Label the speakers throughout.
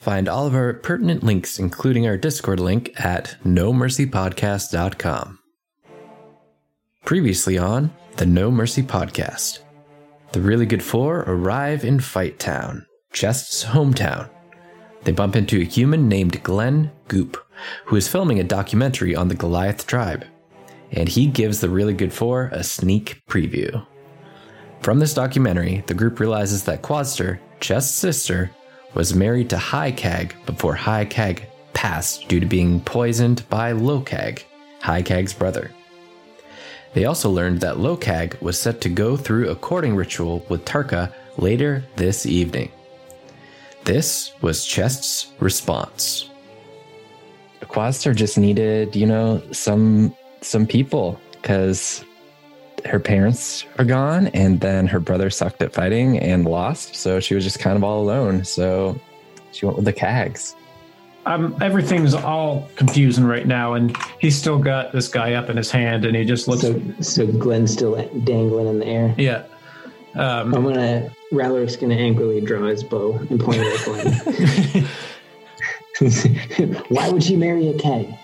Speaker 1: Find all of our pertinent links, including our Discord link, at nomercypodcast.com. Previously on the No Mercy Podcast, the really good four arrive in Fight Town, Chest's hometown. They bump into a human named Glenn Goop, who is filming a documentary on the Goliath tribe, and he gives the really good four a sneak preview. From this documentary, the group realizes that Quadster, Chest's sister, was married to High Cag before High Cag passed due to being poisoned by Low Cag, High Cag's brother. They also learned that Low Cag was set to go through a courting ritual with Tarka later this evening. This was Chest's response. Quaster just needed, you know, some some people because her parents are gone and then her brother sucked at fighting and lost so she was just kind of all alone so she went with the cags
Speaker 2: um, everything's all confusing right now, and he's still got this guy up in his hand, and he just looks.
Speaker 3: So, so Glenn's still dangling in the air.
Speaker 2: yeah. Um,
Speaker 3: I'm gonna. Raller's gonna angrily draw his bow and point it at Glenn. Why would she marry a keg?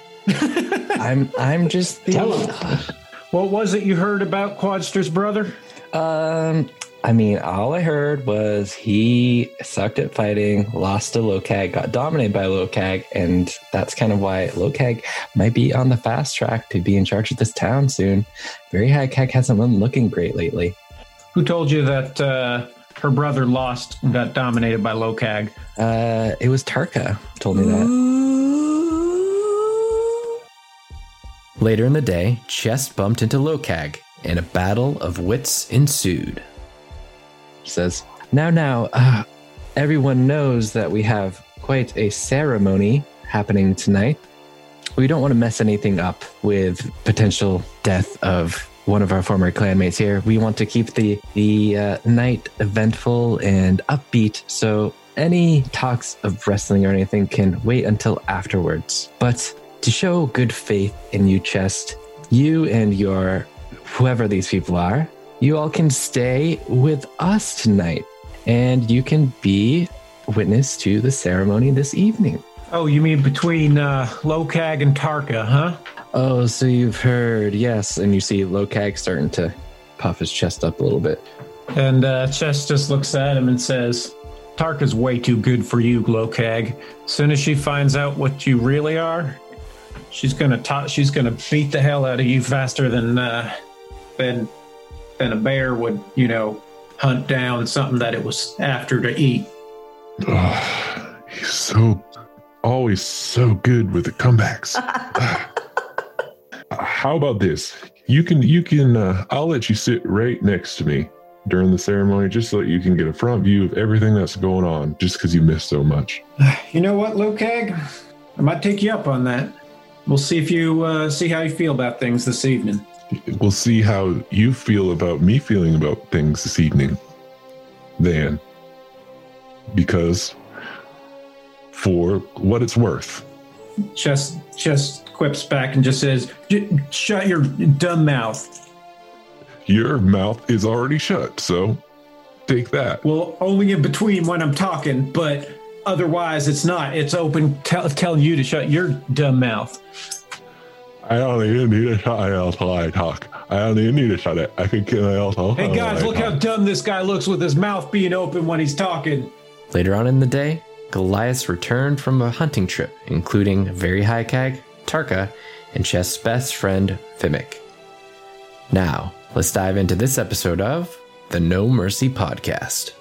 Speaker 1: i'm i'm just the,
Speaker 3: Tell him.
Speaker 2: what was it you heard about Quadster's brother?
Speaker 1: um i mean all i heard was he sucked at fighting lost to low cag got dominated by low cag and that's kind of why low cag might be on the fast track to be in charge of this town soon very high cag hasn't been looking great lately
Speaker 2: Who told you that uh, her brother lost and got dominated by Lokag?
Speaker 1: uh it was tarka told me that Later in the day, Chess bumped into Lokag, and a battle of wits ensued. He says, Now, now, uh, everyone knows that we have quite a ceremony happening tonight. We don't want to mess anything up with potential death of one of our former clanmates here. We want to keep the, the uh, night eventful and upbeat, so any talks of wrestling or anything can wait until afterwards. But to show good faith in you, Chest, you and your whoever these people are, you all can stay with us tonight and you can be witness to the ceremony this evening.
Speaker 2: Oh, you mean between uh, Lokag and Tarka, huh?
Speaker 1: Oh, so you've heard, yes. And you see Lokag starting to puff his chest up a little bit.
Speaker 2: And uh, Chess just looks at him and says, Tarka's way too good for you, Lokag. Soon as she finds out what you really are, she's gonna ta- she's gonna beat the hell out of you faster than uh, than than a bear would, you know, hunt down something that it was after to eat.
Speaker 4: Ugh, he's so always so good with the comebacks. Uh, How about this? You can you can uh, I'll let you sit right next to me during the ceremony just so that you can get a front view of everything that's going on just because you missed so much.
Speaker 2: You know what, Lokag? I might take you up on that. We'll see if you uh, see how you feel about things this evening.
Speaker 4: We'll see how you feel about me feeling about things this evening then because for what it's worth
Speaker 2: Chess Chess quips back and just says, "J- "Shut your dumb mouth."
Speaker 4: your mouth is already shut so take that
Speaker 2: Well, only in between when I'm talking, but otherwise it's not. It's open tell telling you to shut your dumb mouth.
Speaker 4: I don't even need to shut my mouth while I talk. I don't even need to shut it. I can keep my mouth open.
Speaker 2: Hey
Speaker 4: while
Speaker 2: guys,
Speaker 4: I
Speaker 2: look
Speaker 4: talk.
Speaker 2: how dumb this guy looks with his mouth being open when he's talking.
Speaker 1: Later on in the day, Goliath returned from a hunting trip, including Very High Cag, Tarka, and Chess's best friend, Fimic. Now, let's dive into this episode of the No Mercy Podcast.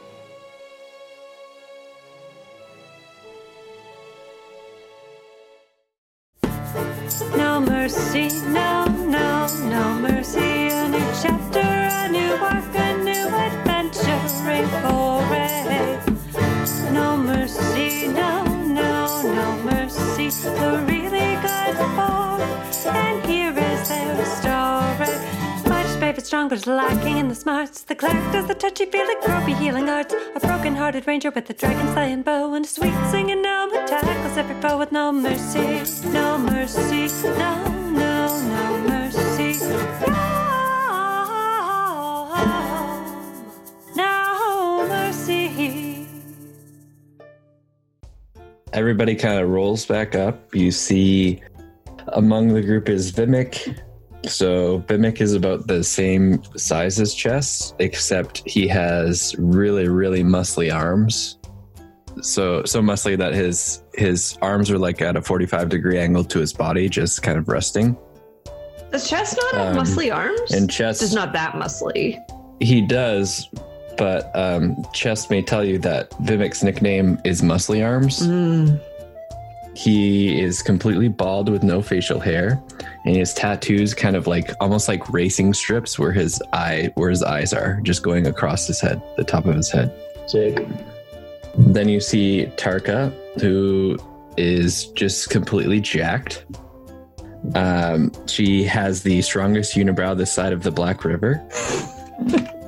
Speaker 5: No mercy, no, no, no mercy. A new chapter, a new arc, a new adventure. A foray. No mercy, no, no, no mercy. The really good four, and here is their story. Much brave but stronger's lacking in the smarts. The clerk does the touchy feely gropey healing arts. A broken hearted ranger with a dragon slaying bow and a sweet singing gnome who tackles every foe with no mercy, no mercy, no, no, no mercy. No, no mercy.
Speaker 1: Everybody kind of rolls back up. You see among the group is Vimic. So Vimic is about the same size as Chess, except he has really, really muscly arms. So so muscly that his his arms are like at a 45 degree angle to his body, just kind of resting.
Speaker 6: Does Chess not have
Speaker 1: Um,
Speaker 6: muscly arms?
Speaker 1: And Chess
Speaker 6: Just not that muscly.
Speaker 1: he does, but um, Chess may tell you that Vimic's nickname is Muscly Arms.
Speaker 6: Mm.
Speaker 1: He is completely bald with no facial hair, and his tattoos kind of like almost like racing strips where his eye where his eyes are, just going across his head, the top of his head.
Speaker 7: Sick.
Speaker 1: Then you see Tarka, who is just completely jacked. Um, she has the strongest unibrow this side of the Black River.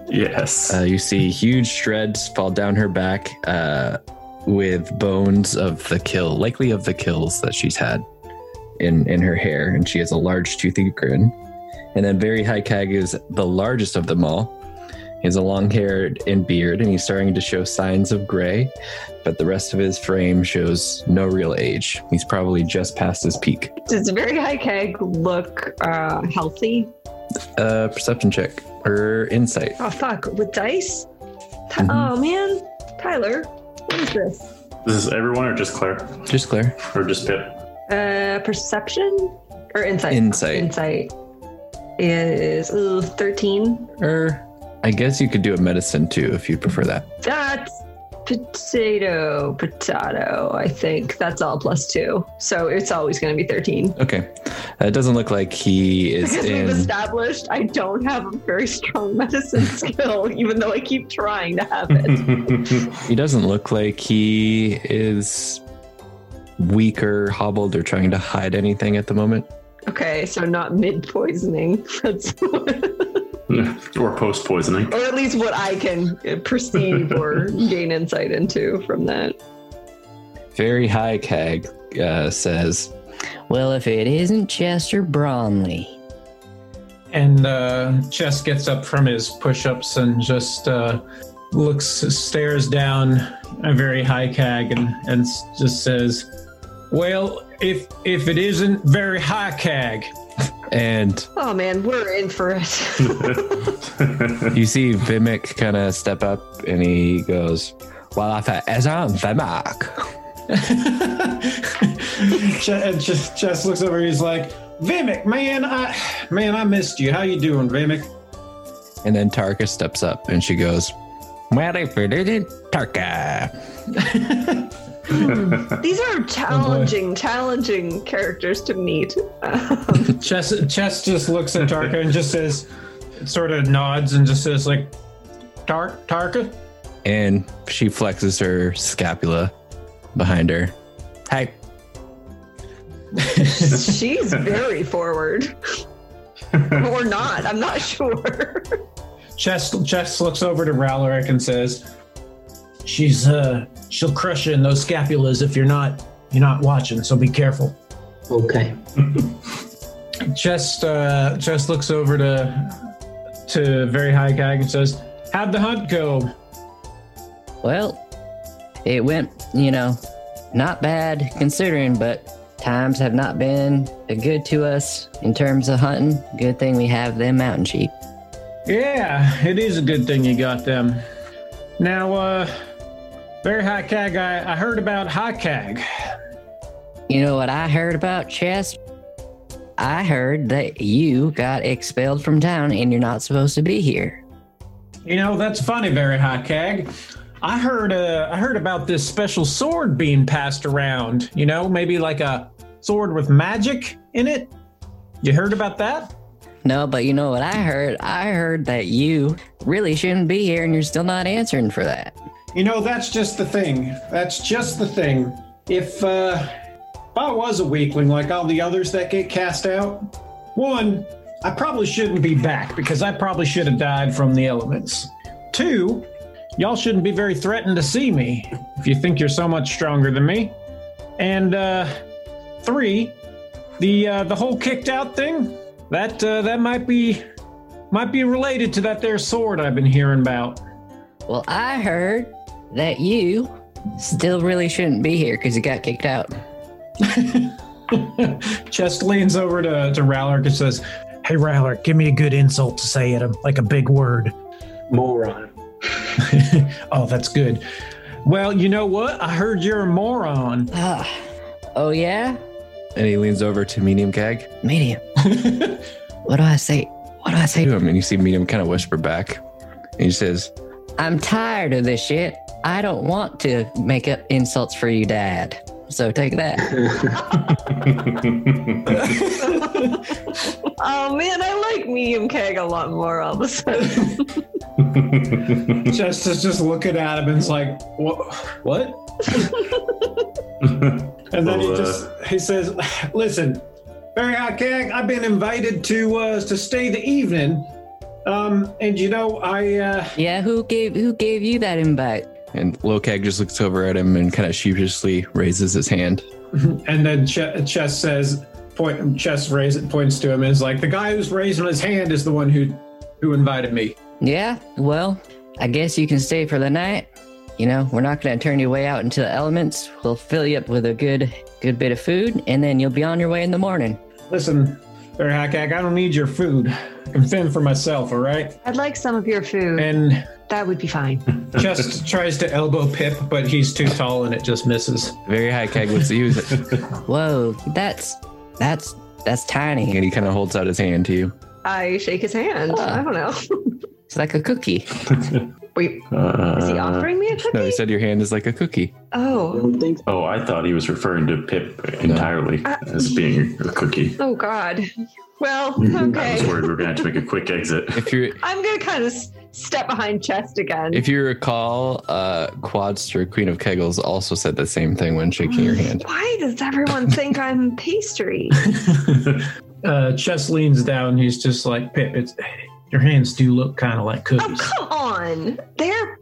Speaker 8: Yes.
Speaker 1: Uh, you see huge shreds fall down her back uh, with bones of the kill, likely of the kills that she's had in, in her hair. And she has a large toothy grin. And then Barry Highcag is the largest of them all. He has a long hair and beard, and he's starting to show signs of gray, but the rest of his frame shows no real age. He's probably just past his peak.
Speaker 6: Does very high keg look uh, healthy?
Speaker 1: Uh, perception check or insight.
Speaker 6: Oh fuck! With dice? Ty-
Speaker 1: Mhm.
Speaker 6: Oh man, Tyler, what is this?
Speaker 8: This is everyone or just Claire?
Speaker 1: Just Claire.
Speaker 8: Or just Pip?
Speaker 6: Uh, perception or insight?
Speaker 1: Insight.
Speaker 6: Insight is ooh, thirteen.
Speaker 1: Or Er, I guess you could do a medicine too if you prefer that.
Speaker 6: That's potato, potato. I think that's all plus two, so it's always going to be thirteen.
Speaker 1: Okay. Uh, it doesn't look like he is
Speaker 6: Because
Speaker 1: in.
Speaker 6: we've established I don't have a very strong medicine skill, even though I keep trying to have it.
Speaker 1: He doesn't look like he is weak or hobbled or trying to hide anything at the moment.
Speaker 6: okay, so not mid poisoning. That's or
Speaker 8: or post poisoning.
Speaker 6: at least what I can uh, perceive or gain insight into from that.
Speaker 1: Very high cag uh, says,
Speaker 9: Well, if it isn't Chester Bromley.
Speaker 2: And uh, Chess gets up from his push ups and just uh, looks, stares down a very high cag and, and s- just says, Well, if if it isn't very high cag,
Speaker 1: and
Speaker 6: Oh man, we're in for it.
Speaker 1: you see Vimic kind of step up and he goes, Well, if it isn't Vimic.
Speaker 2: Ch- and just Chess looks over. He's like, Vimic, man, I man, I missed you. How you doing, Vimic?
Speaker 1: And then Tarka steps up and she goes, Well, if it isn't Tarka.
Speaker 6: These
Speaker 1: Oh,
Speaker 6: are challenging, challenging characters to meet.
Speaker 2: Chess, Chess just looks at Tarka and just says, sort of nods and just says like, Tar- Tarka.
Speaker 1: And she flexes her scapula behind her. Hey,
Speaker 6: She's very forward. or not, I'm not sure.
Speaker 2: Chess, Chess looks over to Ralaric and says, "She's uh, she'll crush you in those scapulas if you're not you're not watching. So be careful."
Speaker 7: Okay.
Speaker 2: Chess, uh, Chess looks over to to very high gag and says, "How'd the hunt go?"
Speaker 9: Well, it went, you know, not bad considering, but times have not been good to us in terms of hunting. Good thing we have them mountain sheep.
Speaker 2: Yeah, it is a good thing you got them. Now, uh, very high cag. I, I heard about high cag.
Speaker 9: You know what I heard about Chess? I heard that you got expelled from town and you're not supposed to be here.
Speaker 2: You know that's funny, very high cag. I heard uh, I heard about this special sword being passed around. You know, maybe like a sword with magic in it. You heard about that?
Speaker 9: No, but you know what I heard? I heard that you really shouldn't be here and you're still not answering for that.
Speaker 2: You know, that's just the thing. That's just the thing. If uh, if I was a weakling like all the others that get cast out, one, I probably shouldn't be back because I probably should have died from the elements. Two, y'all shouldn't be very threatened to see me if you think you're so much stronger than me. And uh, three, the uh, the whole kicked out thing that uh, that might be might be related to that there sword I've been hearing about.
Speaker 9: Well, I heard that you Still really shouldn't be here because he got kicked out.
Speaker 2: Chest leans over to, to Rallark and says, Hey, Rallark, give me a good insult to say at him, like a big word.
Speaker 7: Moron.
Speaker 2: oh, that's good. Well, you know what? I heard you're a moron.
Speaker 9: Ah. Oh, yeah?
Speaker 1: And he leans over to Medium Gag
Speaker 9: Medium. what do I say? What do I say?
Speaker 1: to him, and you see Medium kind of whisper back. And he says,
Speaker 9: I'm tired of this shit. I don't want to make up insults for you, Dad. So take that.
Speaker 6: Oh man, I like medium keg a lot more all of a sudden.
Speaker 2: Chest is just looking at him and is like, What? What? And then he
Speaker 8: Well, uh,
Speaker 2: just he says, "Listen, Barry Hackag, I've been invited to uh, to stay the evening, um, and you know I uh,
Speaker 9: Yeah, who gave who gave you that invite?
Speaker 1: and Lokag just looks over at him and kind of sheepishly raises his hand.
Speaker 2: and then Ch- Chess says, point Chess raise, points to him and is like, the guy who's raising his hand is the one who who invited me.
Speaker 9: Yeah, well, I guess you can stay for the night. You know, we're not gonna turn you way out into the elements. We'll fill you up with a good good bit of food, and then you'll be on your way in the morning.
Speaker 2: Listen, Barry Hackag, I don't need your food. I can fend for myself, all right?"
Speaker 6: I'd like some of your food.
Speaker 2: And
Speaker 6: that would be fine.
Speaker 2: Chess tries to elbow Pip, but he's too tall and it just misses.
Speaker 1: Very high Keg looks at you and
Speaker 9: Whoa, that's that's that's tiny.
Speaker 1: he kind of holds out his hand to you.
Speaker 6: I shake his hand.
Speaker 1: Ah.
Speaker 6: I don't know.
Speaker 9: It's like a cookie.
Speaker 6: Wait, is he
Speaker 8: Uh,
Speaker 6: offering me a cookie?
Speaker 1: Uh, No, he said your hand is like a cookie.
Speaker 7: I
Speaker 6: Oh,
Speaker 7: don't think
Speaker 8: oh, I thought he was referring to Pip entirely as being a cookie.
Speaker 6: oh God. Well,
Speaker 8: I was
Speaker 6: okay.
Speaker 8: worried we were going to have to make a quick exit.
Speaker 1: If you
Speaker 6: I'm gonna kind of s- step behind chest again.
Speaker 1: if you recall, uh, Quadster, Queen of Kegels, also said the same thing when shaking your hand.
Speaker 6: Why does everyone think I'm pastry?
Speaker 2: uh, Chess leans down. and He's just like Pip. It's your hands do look kind of like
Speaker 6: Oh,
Speaker 2: cookies.
Speaker 6: come on. They're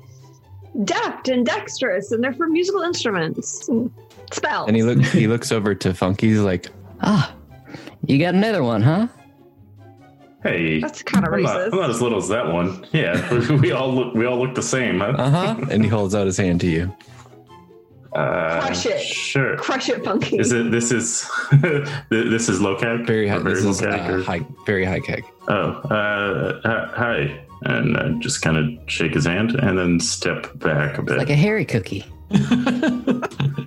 Speaker 6: deft and dexterous, and they're for musical instruments and spells.
Speaker 1: And he look he looks over to Funky. He's like,
Speaker 9: Ah, you got another one, huh?
Speaker 8: Hey,
Speaker 6: That's kind of
Speaker 8: I'm not, I'm
Speaker 6: racist.
Speaker 8: not as little as that one. Yeah, we all look we all look the same. huh?
Speaker 1: uh huh, and he holds out his hand to you.
Speaker 8: Uh,
Speaker 6: Crush it.
Speaker 8: Sure.
Speaker 6: Crush it, funky.
Speaker 8: Is it? This is th- this is low cap.
Speaker 1: Very high.
Speaker 8: Or very
Speaker 1: This
Speaker 8: low
Speaker 1: is
Speaker 8: cap
Speaker 1: uh,
Speaker 8: or-
Speaker 1: high, very high keg.
Speaker 8: Oh, uh, hi- hi. And I just kind of shake his hand and then step back a bit.
Speaker 9: Like a hairy cookie.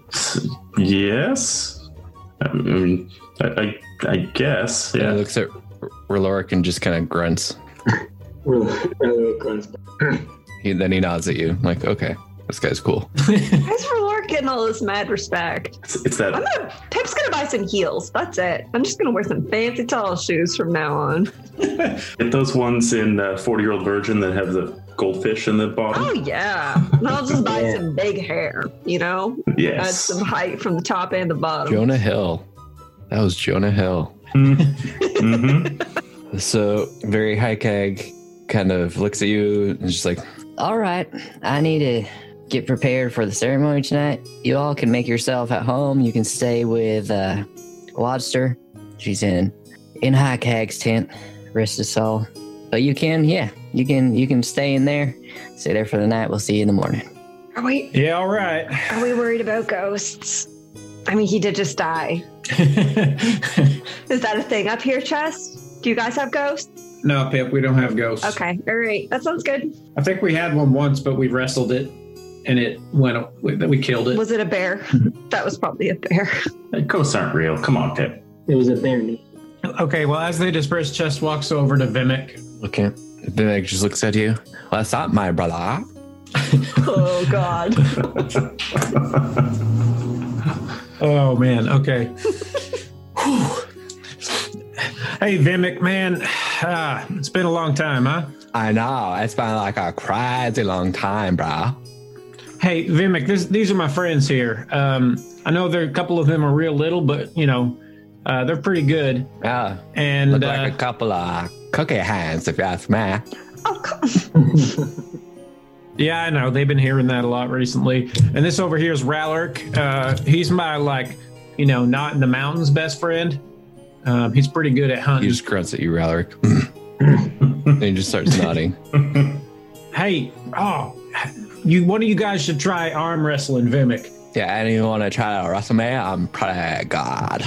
Speaker 8: S- yes. I mean, I, I, I guess.
Speaker 1: And he
Speaker 8: Yeah.
Speaker 1: looks at Rilloric and just kind of grunts.
Speaker 7: we're really close.
Speaker 1: He then he nods at you, like, okay, this guy's cool.
Speaker 6: Why is Verlor getting all this mad respect?
Speaker 8: It's, it's
Speaker 6: I'm
Speaker 8: that.
Speaker 6: gonna Pip's gonna buy some heels. That's it. I'm just gonna wear some fancy tall shoes from now on.
Speaker 8: Get those ones in uh, 40 year old virgin that have the goldfish in the bottom.
Speaker 6: Oh yeah. And I'll just buy some big hair, you know? Add
Speaker 8: yes.
Speaker 6: some height from the top and the bottom.
Speaker 1: Jonah Hill. That was Jonah Hill.
Speaker 8: hmm
Speaker 1: So very high keg kind of looks at you and is just like,
Speaker 9: All right, I need to get prepared for the ceremony tonight. You all can make yourself at home. You can stay with uh, Lobster. She's in in High Cag's tent. Rest us all. But you can, yeah, you can you can stay in there. Stay there for the night. We'll see you in the morning.
Speaker 6: Are we
Speaker 2: yeah, all right.
Speaker 6: are we worried about ghosts? I mean he did just die. Is that a thing up here, Chest? Do you guys have ghosts?
Speaker 2: no, Pip, we don't have ghosts.
Speaker 6: Okay, all right. That sounds good.
Speaker 2: I think we had one once, but we wrestled it, and it went. We, we killed it.
Speaker 6: Was it a bear? that was probably a bear.
Speaker 8: Ghosts aren't real. Come on, Pip.
Speaker 7: It was a bear name.
Speaker 2: okay. Well, as they disperse, Chess walks over to Vimic.
Speaker 1: okay. Then it just looks at you. Well, that's not my brother.
Speaker 6: oh god.
Speaker 2: Oh man. Okay. Whew. hey, Vimic, man. Ah, it's been a long time, huh?
Speaker 1: I know. It's been like a crazy long time, brah.
Speaker 2: Hey, Vimic, this, these are my friends here. Um, I know there a couple of them are real little, but you know, uh, they're pretty good.
Speaker 1: Yeah.
Speaker 2: And
Speaker 1: Look
Speaker 2: uh,
Speaker 1: like a couple of cookie hands, if you ask me.
Speaker 6: Oh, come
Speaker 2: yeah, I know they've been hearing that a lot recently. And this over here is Rallark. Uh, he's my like, you know, not in the mountains best friend. Um, he's pretty good at
Speaker 1: He
Speaker 2: hunting.
Speaker 1: just grunts at you, Ralric. and he just starts nodding.
Speaker 2: Hey, oh, you one of you guys should try arm wrestling Vimic.
Speaker 1: Yeah, anyone want to try to wrestle me? I'm probably God.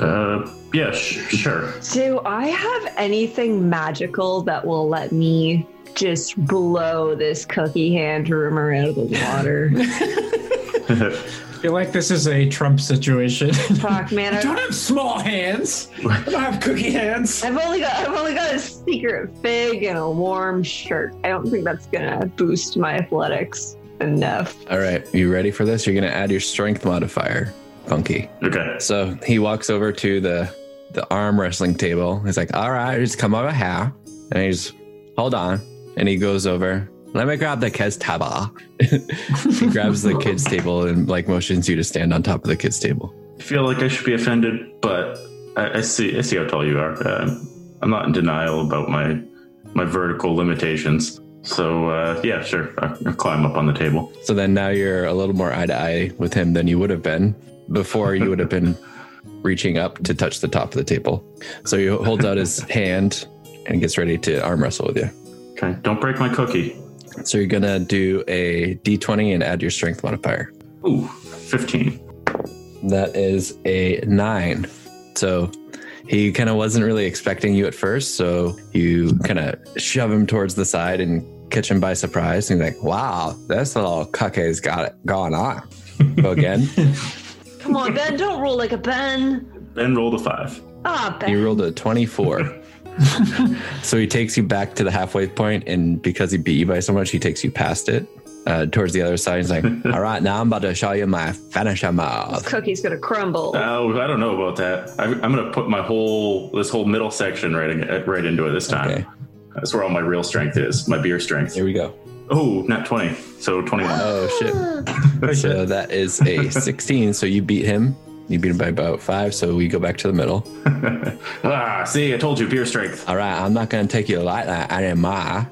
Speaker 8: Uh, yeah, sh- sure.
Speaker 6: Do I have anything magical that will let me just blow this cookie hand rumor out of the water?
Speaker 2: I feel like this is a Trump situation.
Speaker 6: Fuck, man.
Speaker 2: I
Speaker 6: I-
Speaker 2: don't have small hands. I don't have cookie hands.
Speaker 6: I've only got I've only got a secret fig and a warm shirt. I don't think that's gonna boost my athletics enough.
Speaker 1: All right, you ready for this? You're gonna add your strength modifier, Funky.
Speaker 8: okay.
Speaker 1: So he walks over to the the arm wrestling table. He's like, "All right, just come over here," and he's hold on, and he goes over. Let me grab the kids' table. he grabs the kids' table and like motions you to stand on top of the kids' table.
Speaker 8: I feel like I should be offended, but I, I see. I see how tall you are. Uh, I'm not in denial about my my vertical limitations. So uh, yeah, sure. I, I climb up on the table.
Speaker 1: So then now you're a little more eye to eye with him than you would have been before you would have been reaching up to touch the top of the table. So he holds out his hand and gets ready to arm wrestle with you.
Speaker 8: Okay. Don't break my cookie.
Speaker 1: So you're gonna do a d20 and add your strength modifier.
Speaker 8: Ooh, fifteen.
Speaker 1: That is a nine. So he kind of wasn't really expecting you at first. So you kind of shove him towards the side and catch him by surprise. And he's like, wow, this little cuck's got it going on. Go again.
Speaker 6: Come on, Ben, don't roll like a Ben.
Speaker 8: Then roll the five.
Speaker 6: Ah, Ben.
Speaker 1: You rolled a 24. so he takes you back to the halfway point, and because he beat you by so much, he takes you past it uh, towards the other side. He's like, All right, now I'm about to show you my finisher mouth.
Speaker 6: Cookie's gonna crumble.
Speaker 8: Oh, I don't know about that. I, I'm gonna put my whole this whole middle section right in, uh, right into it this time.
Speaker 1: Okay.
Speaker 8: That's where all my real strength is, my beer strength.
Speaker 1: Here we go.
Speaker 8: Oh, not twenty, so twenty-one.
Speaker 1: Oh, shit. so that is a 16. So you beat him. You beat him by about five. So we go back to the middle.
Speaker 8: ah, see, I told you, beer strength.
Speaker 1: All right, I'm not going to take you like that anymore.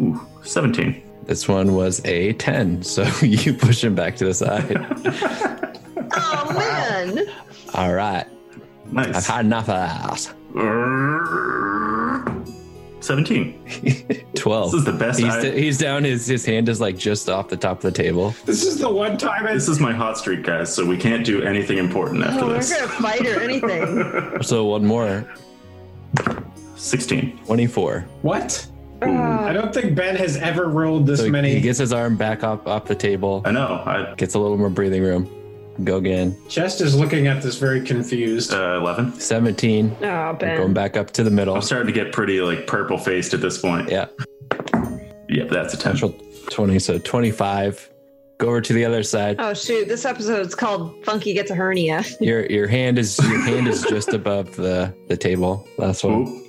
Speaker 8: Ooh, seventeen.
Speaker 1: This one was a 10. So you push him back to the side.
Speaker 6: oh man.
Speaker 1: All right. I've
Speaker 8: Nice.
Speaker 1: had enough of that.
Speaker 8: 17.
Speaker 1: 12.
Speaker 8: This is the best
Speaker 1: He's,
Speaker 8: I-
Speaker 1: he's down. His his hand is like just off the top of the table.
Speaker 2: This is the one time I
Speaker 8: This is my hot streak, guys, so we can't do anything important after
Speaker 6: Oh, we're
Speaker 8: this.
Speaker 6: gonna fight or anything.
Speaker 1: So one more,
Speaker 8: 16.
Speaker 1: twenty four.
Speaker 2: what?
Speaker 6: Ah.
Speaker 2: I don't think Ben has ever rolled this
Speaker 1: So he
Speaker 2: many.
Speaker 1: gets his arm back up off the table.
Speaker 8: I know. I
Speaker 1: Gets a little more breathing room. Go again.
Speaker 2: Chest is looking at this very confused.
Speaker 8: uh, 11.
Speaker 1: Seventeen.
Speaker 6: Oh,
Speaker 1: Going
Speaker 6: Ben.
Speaker 1: back up to the middle.
Speaker 8: I'm starting to get pretty like purple faced at this point.
Speaker 1: Yeah.
Speaker 8: Yep, that's a 10.
Speaker 1: Natural twenty. So twenty five. Go over to the other side.
Speaker 6: Oh shoot, this episode's called Funky Gets a Hernia.
Speaker 1: Your your hand is your hand is just above the the table. Last one.
Speaker 8: Ooh.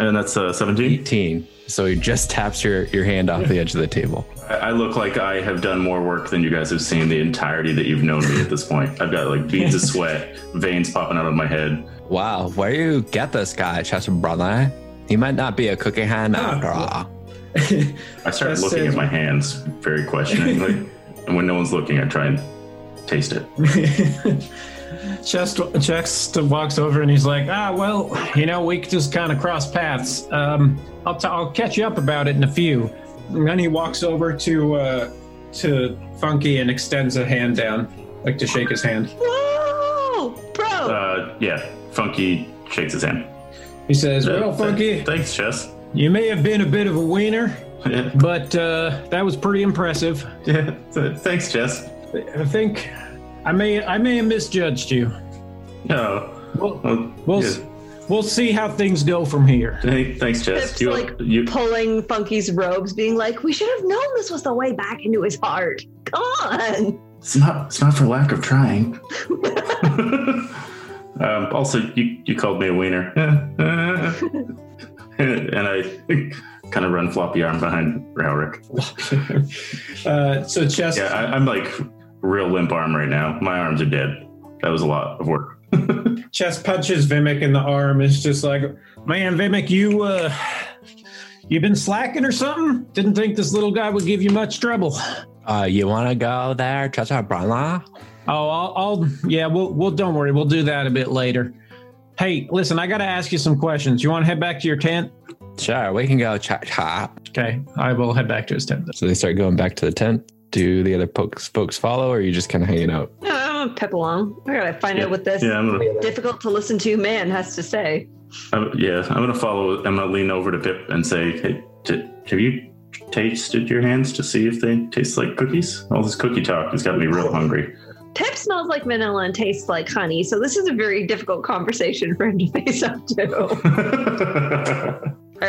Speaker 8: And that's uh, 17.
Speaker 1: Eighteen. So he just taps your your hand off the edge of the table.
Speaker 8: I I look like I have done more work than you guys have seen the entirety that you've known me at this point. I've got like beads of sweat, veins popping out of my head.
Speaker 1: Wow, where you get this guy, Chester Brother? He might not be a cookie hand after all.
Speaker 8: I start
Speaker 2: That
Speaker 8: looking
Speaker 2: says-
Speaker 8: at my hands very questioningly, and when no one's looking, I try and taste it.
Speaker 2: Chest, Chest walks over and he's like, ah, well, you know, we just kind of cross paths. Um, I'll, t- I'll catch you up about it in a few. And then he walks over to uh, to Funky and extends a hand down, like to shake his hand.
Speaker 6: Whoa! Bro!
Speaker 8: Uh, yeah, Funky shakes his hand.
Speaker 2: He says,
Speaker 8: Uh,
Speaker 2: well,
Speaker 8: th-
Speaker 2: Funky,
Speaker 8: Thanks, Chess.
Speaker 2: you may have been a bit of a wiener,
Speaker 8: yeah,
Speaker 2: but uh, that was pretty impressive.
Speaker 8: th- thanks, Chess.
Speaker 2: I think I may I may have misjudged you.
Speaker 8: No.
Speaker 2: We'll,
Speaker 8: Well,
Speaker 2: we'll,
Speaker 8: Oh, yeah.
Speaker 2: s we'll see how things go from here.
Speaker 8: Hey, thanks, Chess.
Speaker 6: Pip's
Speaker 8: You,
Speaker 6: like
Speaker 8: you,
Speaker 6: pulling Funky's robes, being like, we should have known this was the way back into his heart. Come on!
Speaker 8: it's not. It's not for lack of trying. um, also, you you called me a wiener, and I kind of run floppy arm behind Rowrick.
Speaker 2: Uh, so Chest
Speaker 8: Yeah, I, I'm like real limp arm right now. My arms are dead. That was a lot of work.
Speaker 2: chest punches Vimic in the arm. It's just like, man, Vimic, you uh, you been slacking or something? Didn't think this little guy would give you much trouble.
Speaker 1: Uh, you want to go there, Chester Brother?
Speaker 2: Oh, I'll, I'll yeah, we'll we'll don't worry, we'll do that a bit later. Hey, listen, I got to ask you some questions. You want to head back to your tent?
Speaker 1: Sure, we can go chat chop.
Speaker 2: Okay, I will head back to his tent.
Speaker 1: So they start going back to the tent. Do the other folks folks follow, or are you just kind of hanging out?
Speaker 6: No, I'm gonna pip Uh, along. I gotta find
Speaker 8: Yeah.
Speaker 6: out what this
Speaker 8: Yeah, I'm gonna,
Speaker 6: difficult to listen to man has to say.
Speaker 8: I'm, yeah, I'm gonna follow. I'm gonna lean over to Pip and say, "Hey, t- have you tasted your hands to see if they taste like cookies?" All this cookie talk has got me real hungry.
Speaker 6: Pip smells like vanilla and tastes like honey, so this is a very difficult conversation for him to face up to. All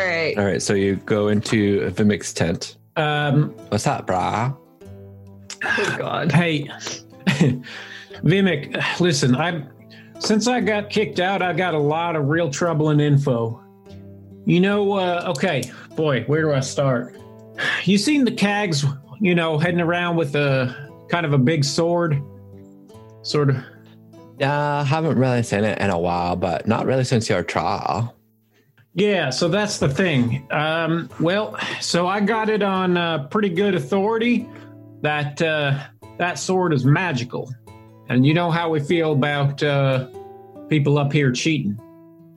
Speaker 6: right.
Speaker 1: All right, so you go into Vimic's tent.
Speaker 2: Um,
Speaker 1: What's up, brah?
Speaker 6: Oh God.
Speaker 2: Hey, Vimic, listen, I since I got kicked out, I got a lot of real troubling info. You know, uh, okay, boy, where do I start? You seen the cags, you know, heading around with a kind of a big sword, sort of.
Speaker 1: Uh, haven't really seen it in a while, but not really since your trial.
Speaker 2: Yeah, so that's the thing. Um, well, so I got it on uh, pretty good authority that uh, that sword is magical, and you know how we feel about uh, people up here cheating.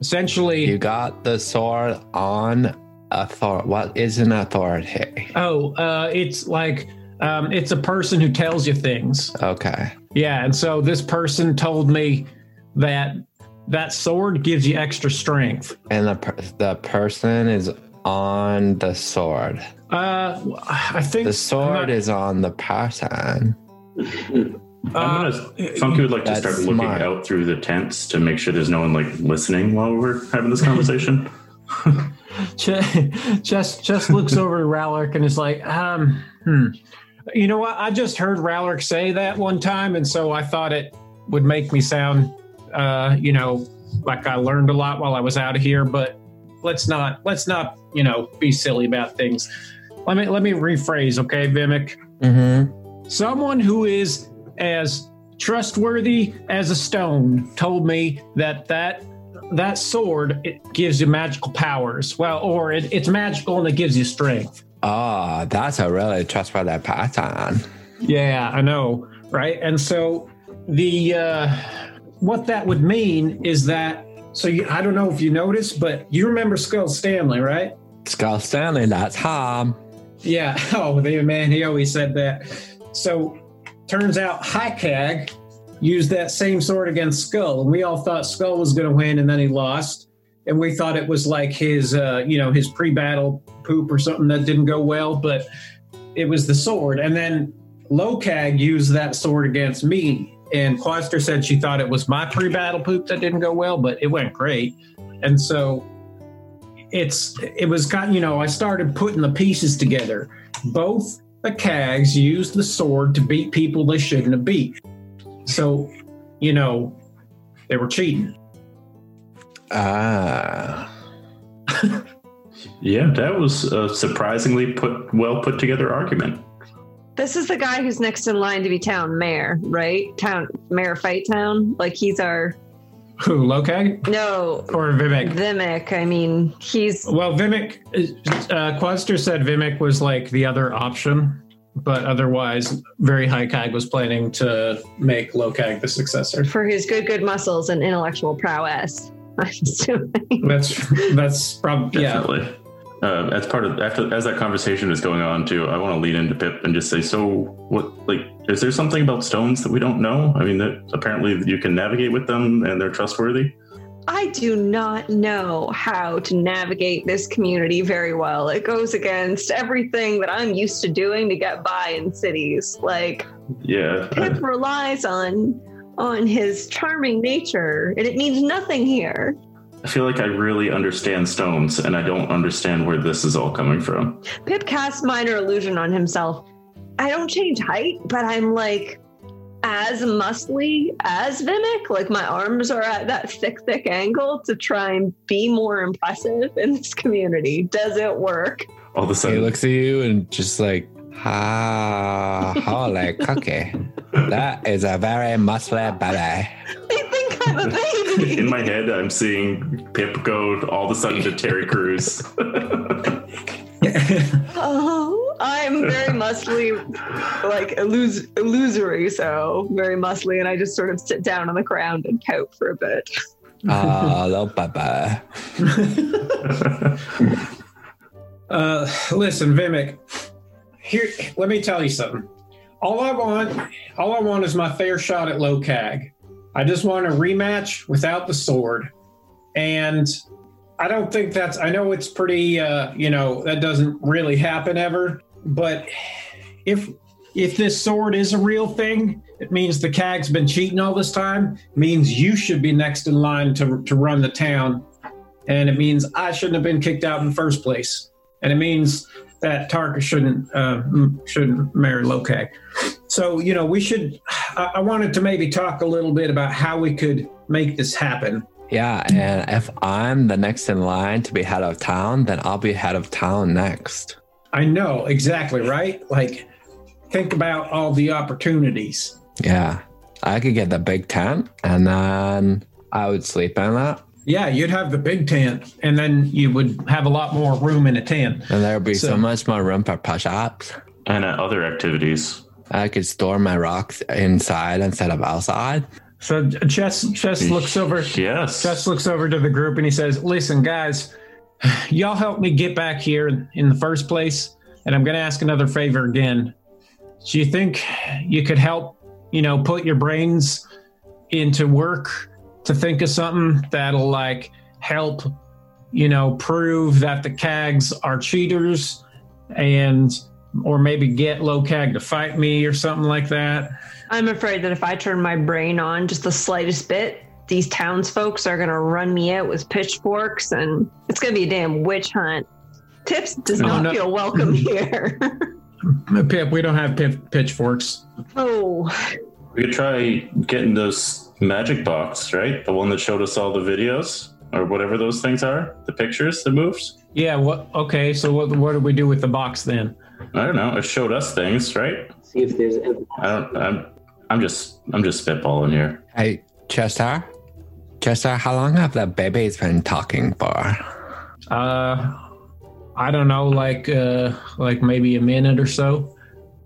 Speaker 2: Essentially,
Speaker 1: You got the sword on authority. What is an authority?
Speaker 2: oh, uh, it's like um, it's a person who tells you things.
Speaker 1: Okay.
Speaker 2: Yeah, and so this person told me that that sword gives you extra strength.
Speaker 1: And the per- the person is on the sword.
Speaker 2: Uh, I think
Speaker 1: The sword is on the person.
Speaker 8: I'm gonna, Funky would like to
Speaker 1: That's
Speaker 8: start looking
Speaker 1: smart.
Speaker 8: out through the tents to make sure there's no one like listening while we're having this conversation.
Speaker 2: Ch- just just looks over to Rowlerk and is like, um, hmm. You know what? I just heard Rowlerk say that one time, and so I thought it would make me sound, uh, you know, like I learned a lot while I was out of here. But let's not let's not you know be silly about things. Let me let me rephrase, okay, Vimic.
Speaker 1: Mm-hmm.
Speaker 2: Someone who is as trustworthy as a stone told me that that that sword it gives you magical powers. Well, or it, it's magical and it gives you strength.
Speaker 1: Oh, that's a really trustworthy pattern.
Speaker 2: Yeah, I know, right? And so the uh, what that would mean is that. So you, I don't know if you noticed, but you remember Skull Stanley, right?
Speaker 1: Skull Stanley, that's Ham.
Speaker 2: Yeah. Oh, the man, he always said that. So, turns out Highcag used that same sword against Skull, and we all thought Skull was going to win, and then he lost, and we thought it was like his, uh, you know, his pre-battle poop or something that didn't go well, but it was the sword. And then Locag used that sword against me, and Quaster said she thought it was my pre-battle poop that didn't go well, but it went great, and so it's it was got you know I started putting the pieces together. Both the Cags used the sword to beat people they shouldn't have beat. So, you know, they were cheating.
Speaker 1: Ah.
Speaker 8: Yeah, that was a surprisingly put well put together argument.
Speaker 6: This is the guy who's next in line to be town mayor, right? Town mayor fight town. Like he's our
Speaker 2: Who Lokag
Speaker 6: no
Speaker 2: or Vivek?
Speaker 6: Vimic. I mean, he's
Speaker 2: Well, Vimic, uh, Quaster said Vimic was like the other option, but otherwise, very high Cag was planning to make Lokag the successor.
Speaker 6: for his good, good muscles and intellectual prowess. I'm assuming.
Speaker 2: That's that's probably yeah.
Speaker 8: Definitely. Uh, as part of after as that conversation is going on too, I want to lean into Pip and just say, so what? Like, is there something about stones that we don't know? I mean, that apparently you can navigate with them and they're trustworthy.
Speaker 6: I do not know how to navigate this community very well. It goes against everything that I'm used to doing to get by in cities. Like
Speaker 8: Yeah,
Speaker 6: Pip relies on on his charming nature, and it means nothing here.
Speaker 8: I feel like I really understand stones, and I don't understand where this is all coming from.
Speaker 6: Pip casts minor illusion on himself. I don't change height, but I'm like as muscly as Vimic. Like my arms are at that thick, thick angle to try and be more impressive in this community. Does it work?
Speaker 8: All of a
Speaker 1: He
Speaker 8: sudden,
Speaker 1: looks at you and just like, ha, holy cookie. That is a very muscly belly.
Speaker 6: They think I'm a
Speaker 8: in
Speaker 6: baby.
Speaker 8: my head, I'm seeing Pip go all of a sudden to Terry Crews.
Speaker 6: oh, I'm very muscly, like illus- illusory. So very muscly, and I just sort of sit down on the ground and pout
Speaker 1: Ah,
Speaker 6: for a bit.
Speaker 1: Oh, little bubba.
Speaker 2: Uh, listen, Vimic. Here, let me tell you something. All I want, all I want is my fair shot at low cag. I just want a rematch without the sword, and I don't think that's. I know it's pretty. Uh, you know that doesn't really happen ever. But if if this sword is a real thing, it means the cag's been cheating all this time. Means you should be next in line to to run the town, and it means I shouldn't have been kicked out in the first place and it means that Tarka shouldn't uh, m- shouldn't marry Lokag. So you know we should. I, I wanted to maybe talk a little bit about how we could make this happen.
Speaker 1: Yeah, and if I'm the next in line to be head of town, then I'll be head of town next.
Speaker 2: I know exactly right. Like think about all the opportunities.
Speaker 1: Yeah, I could get the big tent, and then I would sleep in that,
Speaker 2: Yeah, you'd have the big tent, and then you would have a lot more room in a tent.
Speaker 1: and there would be so,
Speaker 2: So-
Speaker 1: much more room for push-ups.
Speaker 8: And uh, other activities.
Speaker 1: I could store my rocks inside instead of outside.
Speaker 2: So Jess Jess looks over.
Speaker 8: Yes.
Speaker 2: Gus looks over to the group and he says, Listen, guys, y'all help me get back here in- in the first place. And I'm going to ask another favor again. Do you think you could help, you know, put your brains into work to think of something that'll like help, you know, prove that the CAGs are cheaters and, or maybe get low CAG to fight me or something like that?
Speaker 6: I'm afraid that if I turn my brain on just the slightest bit, these townsfolks are gonna run me out with pitchforks, and it's gonna be a damn witch hunt. Tips does
Speaker 2: No,
Speaker 6: not
Speaker 2: no.
Speaker 6: feel welcome here.
Speaker 2: Pip, we don't have pip, pitchforks.
Speaker 6: oh,
Speaker 8: We could try getting those magic box, right? The one that showed us all the videos or whatever those things are, the pictures that moves.
Speaker 2: Yeah, what? Okay, so what, what do we do with the box then?
Speaker 8: I don't know. It showed us things, right?
Speaker 7: See if there's evidence.
Speaker 8: I don't. I'm. I'm just. I'm just spitballing here.
Speaker 1: Hey, Chester, Chester, how long have the babies been talking for?
Speaker 2: Uh, I don't know, like uh, like maybe a minute or so.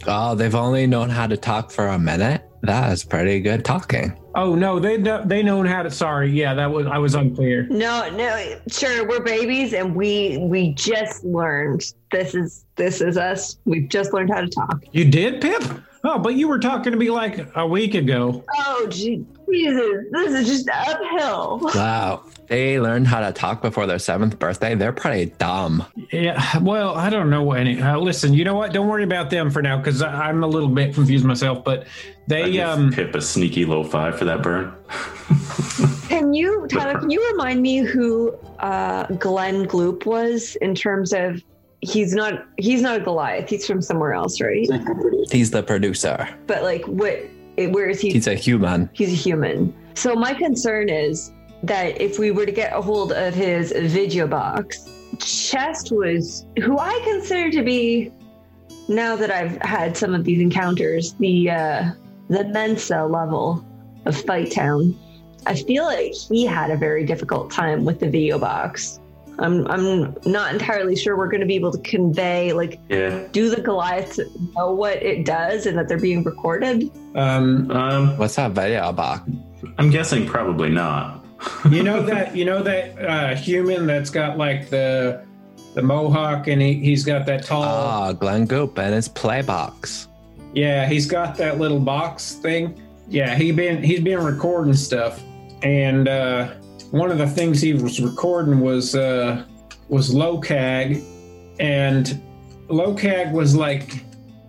Speaker 1: Oh, they've only known how to talk for a minute. That is pretty good talking.
Speaker 2: Oh no, they kno- they known how to. Sorry, yeah, that was I was unclear.
Speaker 6: no, no, sure, we're babies, and we we just learned this is this is us. We've just learned how to talk.
Speaker 2: You did, Pip? Oh, but you were talking to me like a week ago.
Speaker 6: Oh, gee, Jesus, this is just uphill.
Speaker 1: Wow. They learned how to talk before their seventh birthday. They're pretty dumb.
Speaker 2: Yeah. Well, I don't know any. Uh, listen, you know what? Don't worry about them for now because I'm a little bit confused myself. But
Speaker 8: I
Speaker 2: they
Speaker 8: give
Speaker 2: um.
Speaker 8: Pip a sneaky low five for that burn.
Speaker 6: Can you, Tyler, can you remind me who uh, Glenn Gloop was in terms of he's not he's not a Goliath. He's from somewhere else, right?
Speaker 7: Like, I'm pretty-
Speaker 1: He's the producer.
Speaker 6: But like, what? it- Where is he?
Speaker 1: He's a human.
Speaker 6: he's a human. So my concern is that if we were to get a hold of his video box, Chest was who I consider to be now that I've had some of these encounters, the uh the Mensa level of Fight Town. I feel like he had a very difficult time with the video box. I'm I'm not entirely sure we're gonna be able to convey like
Speaker 8: Yeah.
Speaker 6: do the Goliaths know what it does and that they're being recorded?
Speaker 2: um
Speaker 8: Um.
Speaker 1: What's that video about?
Speaker 8: I'm guessing probably not.
Speaker 2: you know that you know that uh, human that's got like the the mohawk and he, he's got that tall
Speaker 1: Oh, Glenn Goop and his playbox.
Speaker 2: Yeah, he's got that little box thing. Yeah, he been he's been recording stuff, and uh, one of the things he was recording was uh, was low cag, and low cag was like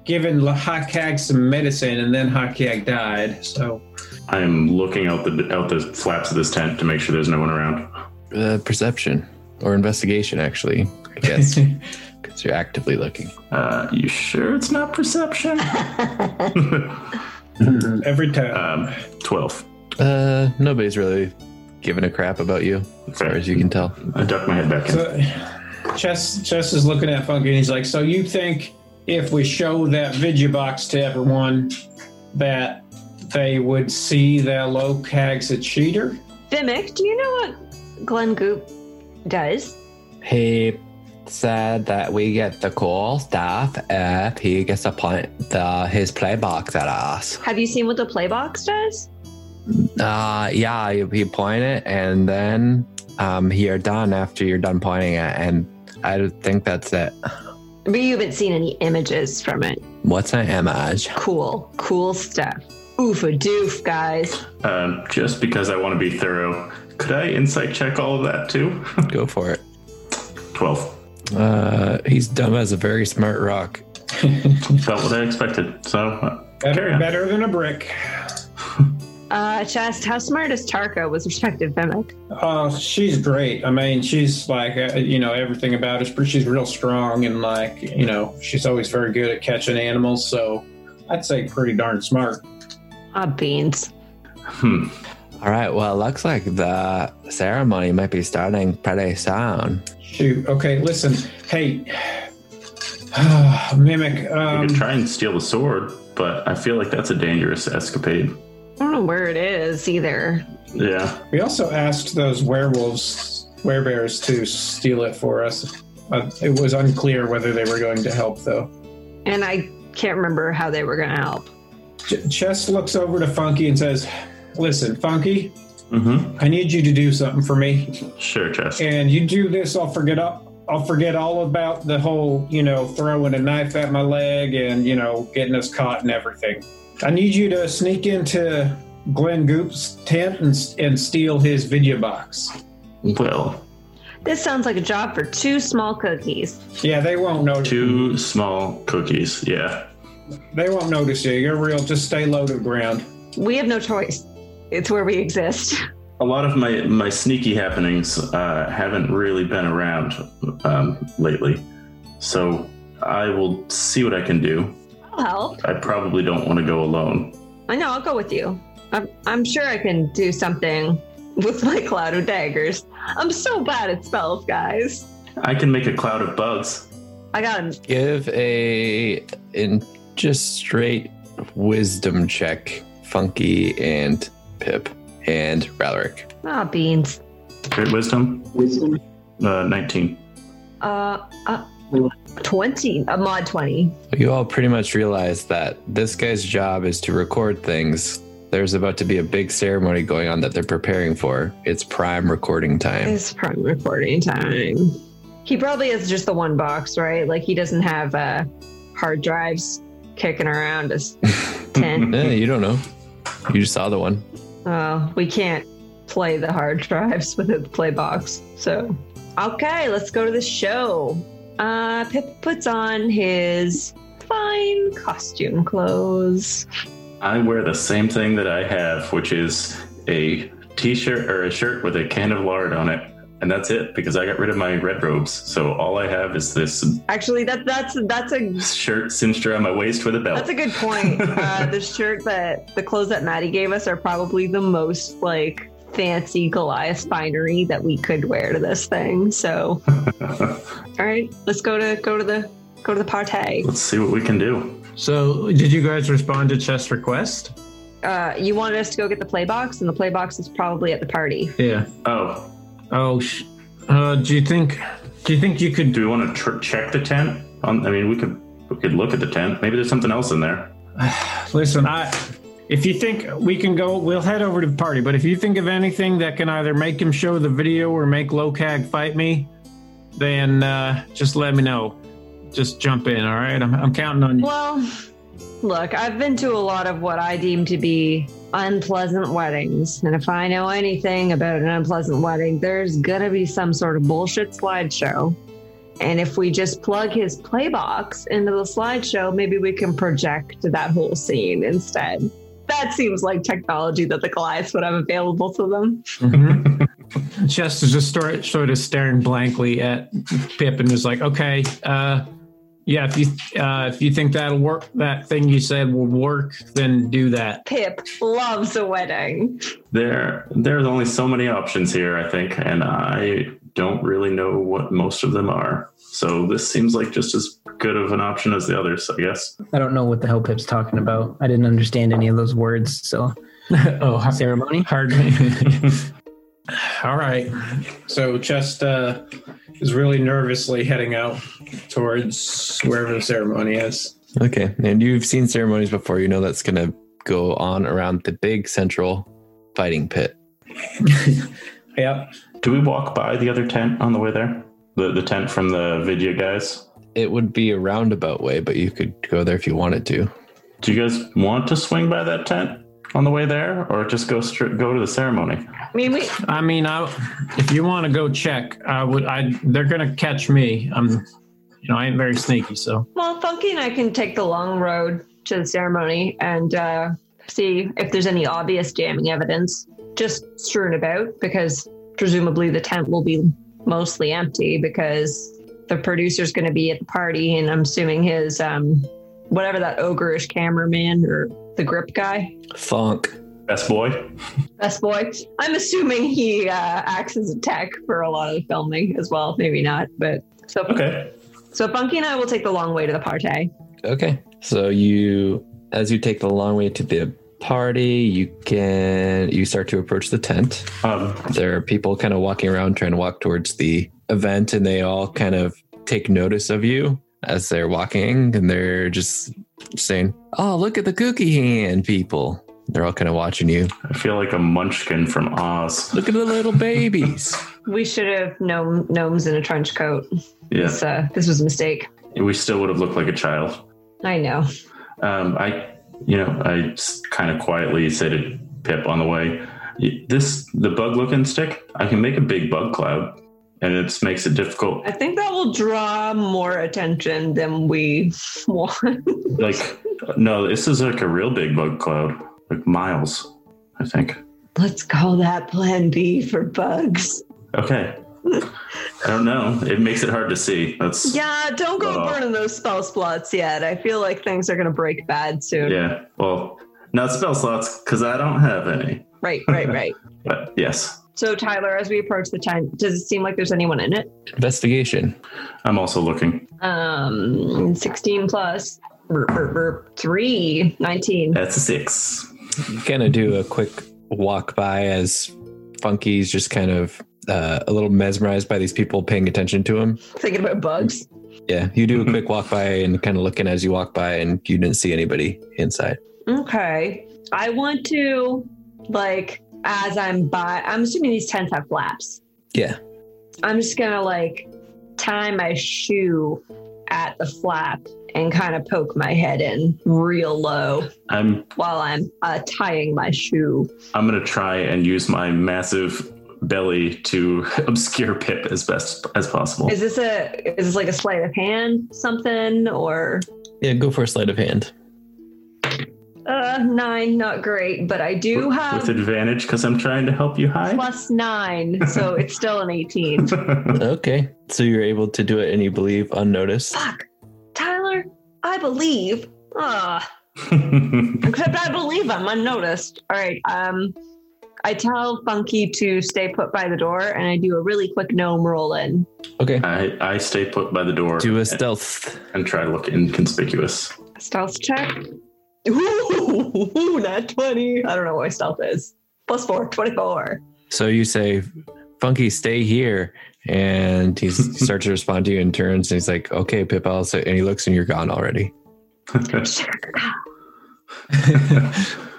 Speaker 2: giving L- high cag some medicine, and then high cag died. So
Speaker 8: I'm looking out the out the flaps of this tent to make sure there's no one around.
Speaker 1: Uh, perception or investigation, actually, I guess, because you're actively looking.
Speaker 8: Uh, you sure it's not perception?
Speaker 2: every time.
Speaker 8: um, twelve.
Speaker 1: Uh, nobody's really giving a crap about you, as far as you can tell.
Speaker 8: I duck my head back in.
Speaker 2: So, Chess Chess is looking at Funky, and he's like, "So you think if we show that video box to everyone, that they would see that low cag's a cheater?"
Speaker 6: Vimic, do you know what Glenn Goop does?
Speaker 1: He said that we get the cool stuff if he gets to point the, his playbox at us.
Speaker 6: Have you seen what the playbox does?
Speaker 1: Uh, yeah, you, you point it, and then um, you're done after you're done pointing it, and I think that's it.
Speaker 6: But you haven't seen any images from it.
Speaker 1: What's an image?
Speaker 6: Cool, cool stuff. Oofa doof, guys.
Speaker 8: Um, just because I want to be thorough, could I insight check all of that too?
Speaker 1: Go for it.
Speaker 8: 12.
Speaker 1: Uh, he's dumb as a very smart rock.
Speaker 8: About what I expected. So, uh,
Speaker 2: Better,
Speaker 8: Carry on.
Speaker 2: better than a brick.
Speaker 6: Uh, Chest, how smart is Tarka with respect to Vimic?
Speaker 2: Oh, she's great. I mean, she's like, uh, you know, everything about her. She's real strong and, like, you know, she's always very good at catching animals. So I'd say pretty darn smart.
Speaker 6: Ah, beans.
Speaker 8: hmm.
Speaker 1: All right. Well, it looks like the ceremony might be starting pretty soon.
Speaker 2: Shoot. Okay, listen. Hey, Mimic.
Speaker 8: I
Speaker 2: Um,
Speaker 8: could try and steal the sword, but I feel like that's a dangerous escapade.
Speaker 6: I don't know where it is either.
Speaker 8: Yeah.
Speaker 2: We also asked those werewolves, werebears, to steal it for us. Uh, it was unclear whether they were going to help, though.
Speaker 6: And I can't remember how they were going to help.
Speaker 2: Ch- Chess looks over to Funky and says, "Listen, Funky,
Speaker 8: Mm-hmm.
Speaker 2: I need you to do something for me.
Speaker 8: Sure, Chest.
Speaker 2: And you do this, I'll forget up." I'll forget all about the whole, you know, throwing a knife at my leg and, you know, getting us caught and everything. I need you to sneak into Glenn Goop's tent and, and steal his video box.
Speaker 8: Well,
Speaker 6: This sounds like a job for two small cookies.
Speaker 2: Yeah, they won't know.
Speaker 8: two small cookies. Yeah.
Speaker 2: They won't notice you. You're real. Just stay low to the ground.
Speaker 6: We have no choice. It's where we exist.
Speaker 8: a lot of my my sneaky happenings uh, haven't really been around um, lately, so I will see what I can do.
Speaker 6: I'll help.
Speaker 8: I probably don't want to go alone.
Speaker 6: I know, I'll go with you. I'm, I'm sure I can do something with my cloud of daggers. I'm so bad at spells, guys.
Speaker 8: I can make a cloud of bugs.
Speaker 6: I got him.
Speaker 1: Give a in just straight wisdom check, Funky and Pip and Ralric.
Speaker 6: Ah, beans.
Speaker 8: Great wisdom,
Speaker 7: Wisdom.
Speaker 8: uh, nineteen.
Speaker 6: Uh, uh, 20, a mod 20.
Speaker 1: You all pretty much realize that this guy's job is to record things. There's about to be a big ceremony going on that they're preparing for. It's prime recording time.
Speaker 6: It's prime recording time. He probably has just the one box, right? Like he doesn't have uh, hard drives kicking around his tent.
Speaker 1: Eh, you don't know. You just saw the one.
Speaker 6: Uh, we can't play the hard drives with the play box. So, okay, let's go to the show. Uh, Pip puts on his fine costume clothes.
Speaker 8: I wear the same thing that I have, which is a t-shirt or a shirt with a can of lard on it, and that's it because I got rid of my red robes. So all I have is this
Speaker 6: Actually, that that's that's a
Speaker 8: shirt cinched around my waist with a belt.
Speaker 6: That's a good point. Uh, the shirt that the clothes that Maddie gave us are probably the most like fancy Goliath finery that we could wear to this thing. So, all right, let's go to go to the go to the party.
Speaker 8: Let's see what we can do.
Speaker 2: So, did you guys respond to Chess' request?
Speaker 6: Uh, you wanted us to go get the play box, and the play box is probably at the party.
Speaker 2: Yeah.
Speaker 8: Oh,
Speaker 2: Oh, sh- uh, do you think? Do you think you could?
Speaker 8: Do we want to tr- check the tent? On, I mean, we could we could look at the tent. Maybe there's something else in there.
Speaker 2: Listen, I. If you think we can go, we'll head over to the party. But if you think of anything that can either make him show the video or make Locag fight me, then uh, just let me know. Just jump in, all right? I'm, I'm counting on you.
Speaker 6: Well, look, I've been to a lot of what I deem to be unpleasant weddings. And if I know anything about an unpleasant wedding, there's going to be some sort of bullshit slideshow. And if we just plug his play box into the slideshow, maybe we can project that whole scene instead. That seems like technology that the Goliaths would have available to them.
Speaker 2: Mm-hmm. Chest is just sort sort of staring blankly at Pip and is like, "Okay, uh, yeah, if you uh, if you think that'll work, that thing you said will work, then do that."
Speaker 6: Pip loves a wedding.
Speaker 8: There, there's only so many options here, I think, and I don't really know what most of them are. So this seems like just as good of an option as the others, I guess.
Speaker 3: I don't know what the hell Pip's talking about. I didn't understand any of those words. So
Speaker 2: oh, hard.
Speaker 3: ceremony.
Speaker 2: All right. So Chest uh, is really nervously heading out towards wherever the ceremony is.
Speaker 1: Okay. And you've seen ceremonies before. You know that's going to go on around the big central fighting pit.
Speaker 2: Yep.
Speaker 8: Do we walk by the other tent on the way there? The the tent from the Vidya guys.
Speaker 1: It would be a roundabout way, but you could go there if you wanted to.
Speaker 8: Do you guys want to swing by that tent on the way there, or just go stri- go to the ceremony?
Speaker 6: I mean, we
Speaker 2: I mean, I, if you want to go check, I would. I they're gonna catch me. I'm, you know, I ain't very sneaky, so
Speaker 6: well, Funky and I can take the long road to the ceremony and uh, see if there's any obvious jamming evidence just strewn about, because presumably the tent will be mostly empty because the producer's going to be at the party, and I'm assuming his um, whatever that ogreish cameraman or the grip guy,
Speaker 1: Funk.
Speaker 8: Best boy.
Speaker 6: best boy. I'm assuming he uh, acts as a tech for a lot of the filming as well. Maybe not, but so
Speaker 8: Okay.
Speaker 6: so Funky and I will take the long way to the party.
Speaker 1: Okay. So you, as you take the long way to the party, you can you start to approach the tent.
Speaker 8: Um,
Speaker 1: There are people kind of walking around trying to walk towards the event, and they all kind of take notice of you as they're walking, and they're just saying, "Oh, look at the cookie hand people." They're all kind of watching you.
Speaker 8: I feel like a munchkin from Oz.
Speaker 1: Look at the little babies.
Speaker 6: We should have gnome, gnomes in a trench coat.
Speaker 8: Yeah,
Speaker 6: This, uh, this was a mistake.
Speaker 8: we still would have looked like a child.
Speaker 6: I know.
Speaker 8: Um, I, you know, I kind of quietly said to Pip on the way, "Y- "This the bug looking stick. I can make a big bug cloud, and it makes it difficult.
Speaker 6: I think that will draw more attention than we want.
Speaker 8: Like, no, this is like a real big bug cloud, like miles, I think.
Speaker 6: Let's call that plan B for bugs.
Speaker 8: Okay, I don't know. It makes it hard to see. That's
Speaker 6: Yeah, don't go
Speaker 8: Wow.
Speaker 6: burning those spell slots yet. I feel like things are going to break bad soon.
Speaker 8: yeah. Well, not spell slots because I don't have any.
Speaker 6: Right, right, right.
Speaker 8: But yes,
Speaker 6: so, Tyler, as we approach the tent, does it seem like there's anyone in it?
Speaker 1: Investigation.
Speaker 8: I'm also looking.
Speaker 6: Um, 16 plus. Burp, burp, burp. Three, 19.
Speaker 8: That's a six.
Speaker 1: kind of do a quick walk by as Funky's just kind of uh, a little mesmerized by these people paying attention to him.
Speaker 6: Thinking about bugs.
Speaker 1: Yeah, you do a quick walk by and kind of looking as you walk by, and you didn't see anybody inside.
Speaker 6: Okay. I want to, like, as I'm by, I'm assuming these tents have flaps.
Speaker 1: Yeah.
Speaker 6: I'm just gonna, like, tie my shoe at the flap and kind of poke my head in real low
Speaker 8: I'm
Speaker 6: while I'm uh, tying my shoe.
Speaker 8: I'm gonna try and use my massive belly to obscure Pip as best as possible.
Speaker 6: Is this a, is this like a sleight of hand something or?
Speaker 1: Yeah, go for a sleight of hand.
Speaker 6: Uh, nine, not great, but I do
Speaker 8: with
Speaker 6: have
Speaker 8: advantage because I'm trying to help you hide.
Speaker 6: um, plus nine, so it's still an 18.
Speaker 1: Okay, so you're able to do it, and you believe unnoticed.
Speaker 6: Fuck. Tyler, I believe. Ah. Except I believe I'm unnoticed. All right. Um, I tell Funky to stay put by the door, and I do a really quick gnome roll in.
Speaker 1: Okay,
Speaker 8: I, I stay put by the door
Speaker 1: do a
Speaker 8: and,
Speaker 1: stealth.
Speaker 8: and try to look inconspicuous.
Speaker 6: Stealth check. Ooh, not 20. I don't know what stealth is. Plus four, 24.
Speaker 1: So you say, "Funky, stay here," and he s- starts to respond to you and turns, and he's like, "Okay, Pip, I'll say," and he looks, and you're gone already.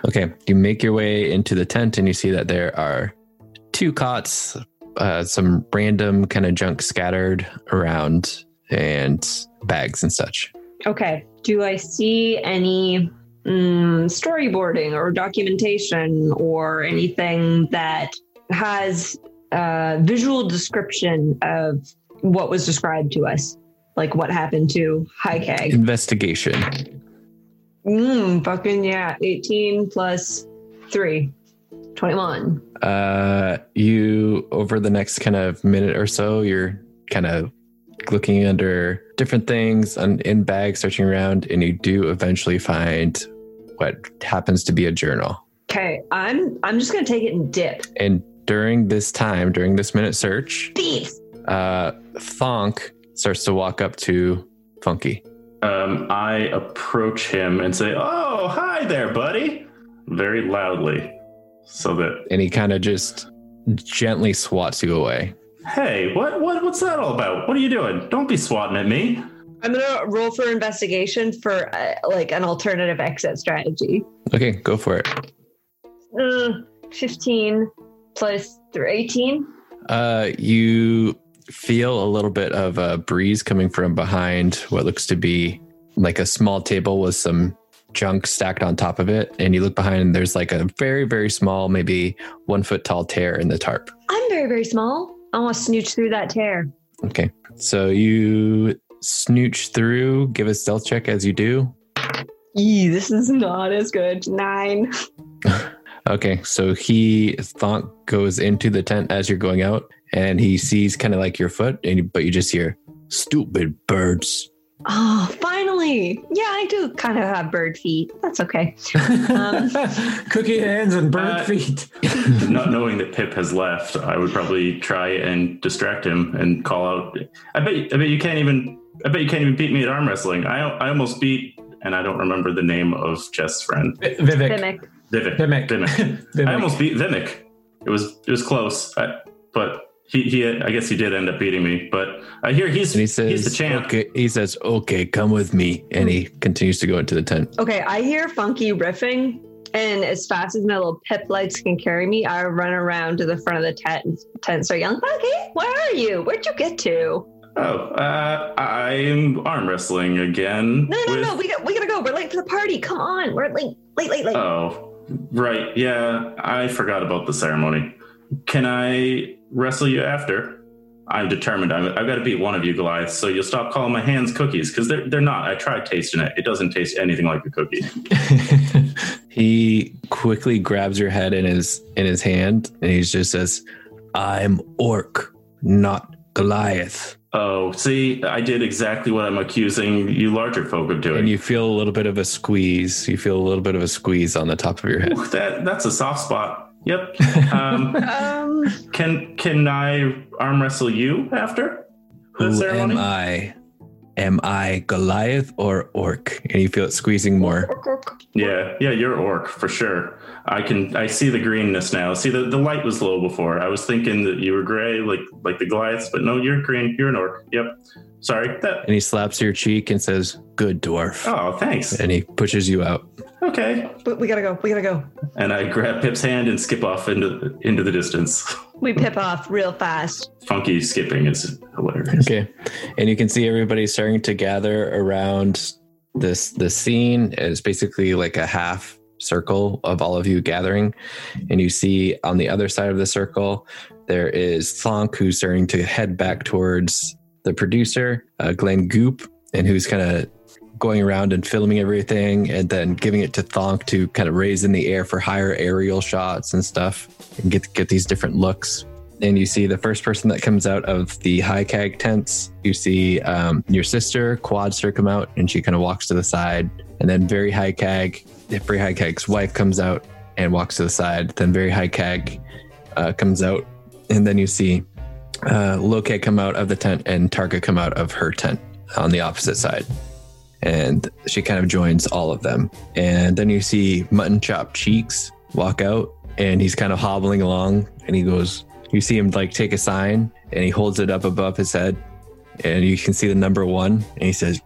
Speaker 1: Okay, you make your way into the tent and you see that there are two cots, uh, some random kind of junk scattered around, and bags and such.
Speaker 6: Okay. Do I see any mm, storyboarding or documentation or anything that has a visual description of what was described to us? Like what happened to High Keg?
Speaker 1: Investigation.
Speaker 6: Mm, fucking yeah. 18 plus 3. 21.
Speaker 1: Uh, you over the next kind of minute or so, you're kind of looking under different things and in bags, searching around, and you do eventually find what happens to be a journal.
Speaker 6: Okay, I'm I'm just gonna take it and dip.
Speaker 1: And during this time, during this minute search,
Speaker 6: Thieves.
Speaker 1: uh, Thonk starts to walk up to Funky.
Speaker 8: Um, I approach him and say, "Oh, hi there, buddy," very loudly, so that
Speaker 1: And he kind of just gently swats you away.
Speaker 8: hey, what what what's that all about? What are you doing? Don't be swatting at me.
Speaker 6: I'm gonna roll for investigation for uh, like an alternative exit strategy.
Speaker 1: Okay, go for it.
Speaker 6: Uh, 15 plus thr- 18.
Speaker 1: Uh, you feel a little bit of a breeze coming from behind what looks to be like a small table with some junk stacked on top of it. And you look behind, and there's like a very, very small, maybe one foot tall tear in the tarp.
Speaker 6: I'm very, very small. I want to snooch through that tear.
Speaker 1: Okay. So you snooch through, give a stealth check as you do.
Speaker 6: Yee, this is not as good. Nine.
Speaker 1: Okay, so he Thonk goes into the tent as you're going out, and he sees kind of like your foot, and but you just hear "stupid birds."
Speaker 6: Oh, finally. Yeah, I do kind of have bird feet. That's okay. Um,
Speaker 2: Cookie hands and bird
Speaker 8: Uh,
Speaker 2: feet.
Speaker 8: Not knowing that Pip has left, I would probably try and distract him and call out. I bet. I bet you can't even. I bet you can't even beat me at arm wrestling. I. I almost beat, and I don't remember the name of Jess' friend.
Speaker 2: Vi- Vivek.
Speaker 6: Mimic.
Speaker 8: Vivek.
Speaker 2: Vimic.
Speaker 8: Vimic. I almost beat Vimic. It was. It was close. I, but he. He. I guess he did end up beating me. But I hear he's.
Speaker 1: And he says,
Speaker 8: he's the champ.
Speaker 1: "Okay." He says, "Okay, come with me," and he continues to go into the tent.
Speaker 6: Okay, I hear funky riffing, and as fast as my little pip lights can carry me, I run around to the front of the tent and tent start yelling, Funky, where are you? Where'd you get to?
Speaker 8: Oh. Uh, I'm arm wrestling again.
Speaker 6: No, no,
Speaker 8: with-
Speaker 6: no, we got we gotta go. We're late for the party. Come on. We're late, late, late, late.
Speaker 8: Oh, right. Yeah, I forgot about the ceremony. Can I wrestle you after? I'm determined. I'm, I've got to beat one of you, Goliath. So you'll stop calling my hands cookies because they're they're not. I tried tasting it. It doesn't taste anything like a cookie.
Speaker 1: he quickly grabs your head in his in his hand, and he just says, "I'm Orc, not Goliath."
Speaker 8: Oh, see, I did exactly what I'm accusing you larger folk of doing.
Speaker 1: And you feel a little bit of a squeeze. You feel a little bit of a squeeze on the top of your head.
Speaker 8: Ooh, that that's a soft spot. Yep. Um,
Speaker 6: Um,
Speaker 8: can can I arm wrestle you after the
Speaker 1: Who
Speaker 8: ceremony?
Speaker 1: am I? Am I Goliath or Orc? And you feel it squeezing more.
Speaker 6: Um,
Speaker 8: Yeah, yeah, you're orc for sure. I can I see the greenness now. See the, the light was low before. I was thinking that you were gray like like the Goliaths, but no, you're green. You're an orc. Yep. Sorry. That
Speaker 1: And he slaps your cheek and says, Good dwarf.
Speaker 8: oh, thanks.
Speaker 1: And he pushes you out.
Speaker 8: Okay.
Speaker 6: but we gotta go. We gotta go.
Speaker 8: And I grab Pip's hand and skip off into into the distance.
Speaker 6: We pip off real fast.
Speaker 8: Funky skipping is hilarious.
Speaker 1: Okay. And you can see everybody starting to gather around this the scene. It's basically like a half circle of all of you gathering. And you see on the other side of the circle, there is Thonk who's starting to head back towards the producer, uh, Glenn Goop, and who's kind of going around and filming everything and then giving it to Thonk to kind of raise in the air for higher aerial shots and stuff and get get these different looks and you see the first person that comes out of the high cag tents. You see um, your sister Quadster come out, and she kind of walks to the side. And then very high cag, very high cag's wife comes out and walks to the side. Then very high cag uh, comes out, and then you see uh, Loke come out of the tent and Tarka come out of her tent on the opposite side. And she kind of joins all of them. And then you see Mutton Chop Cheeks walk out, and he's kind of hobbling along, and he goes, you see him like take a sign and he holds it up above his head and you can see the number one and he says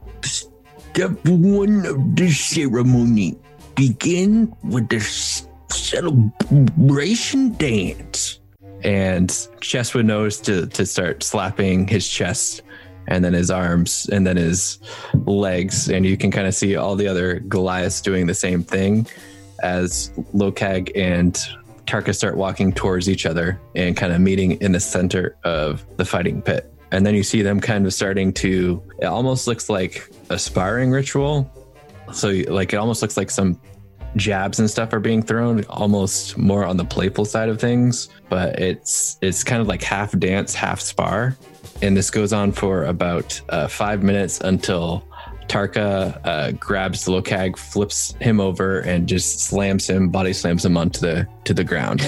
Speaker 1: step one of this ceremony begin with the s- celebration dance and chest would notice to, to start slapping his chest and then his arms and then his legs and you can kind of see all the other goliaths doing the same thing as lokag and Tarka start walking towards each other and kind of meeting in the center of the fighting pit. And then you see them kind of starting to, it almost looks like a sparring ritual. So, you- like, it almost looks like some jabs and stuff are being thrown, almost more on the playful side of things. But it's it's kind of like half dance, half spar. And this goes on for about uh, five minutes until Tarka uh, grabs Lokag, flips him over, and just slams him, body slams him onto the to the ground.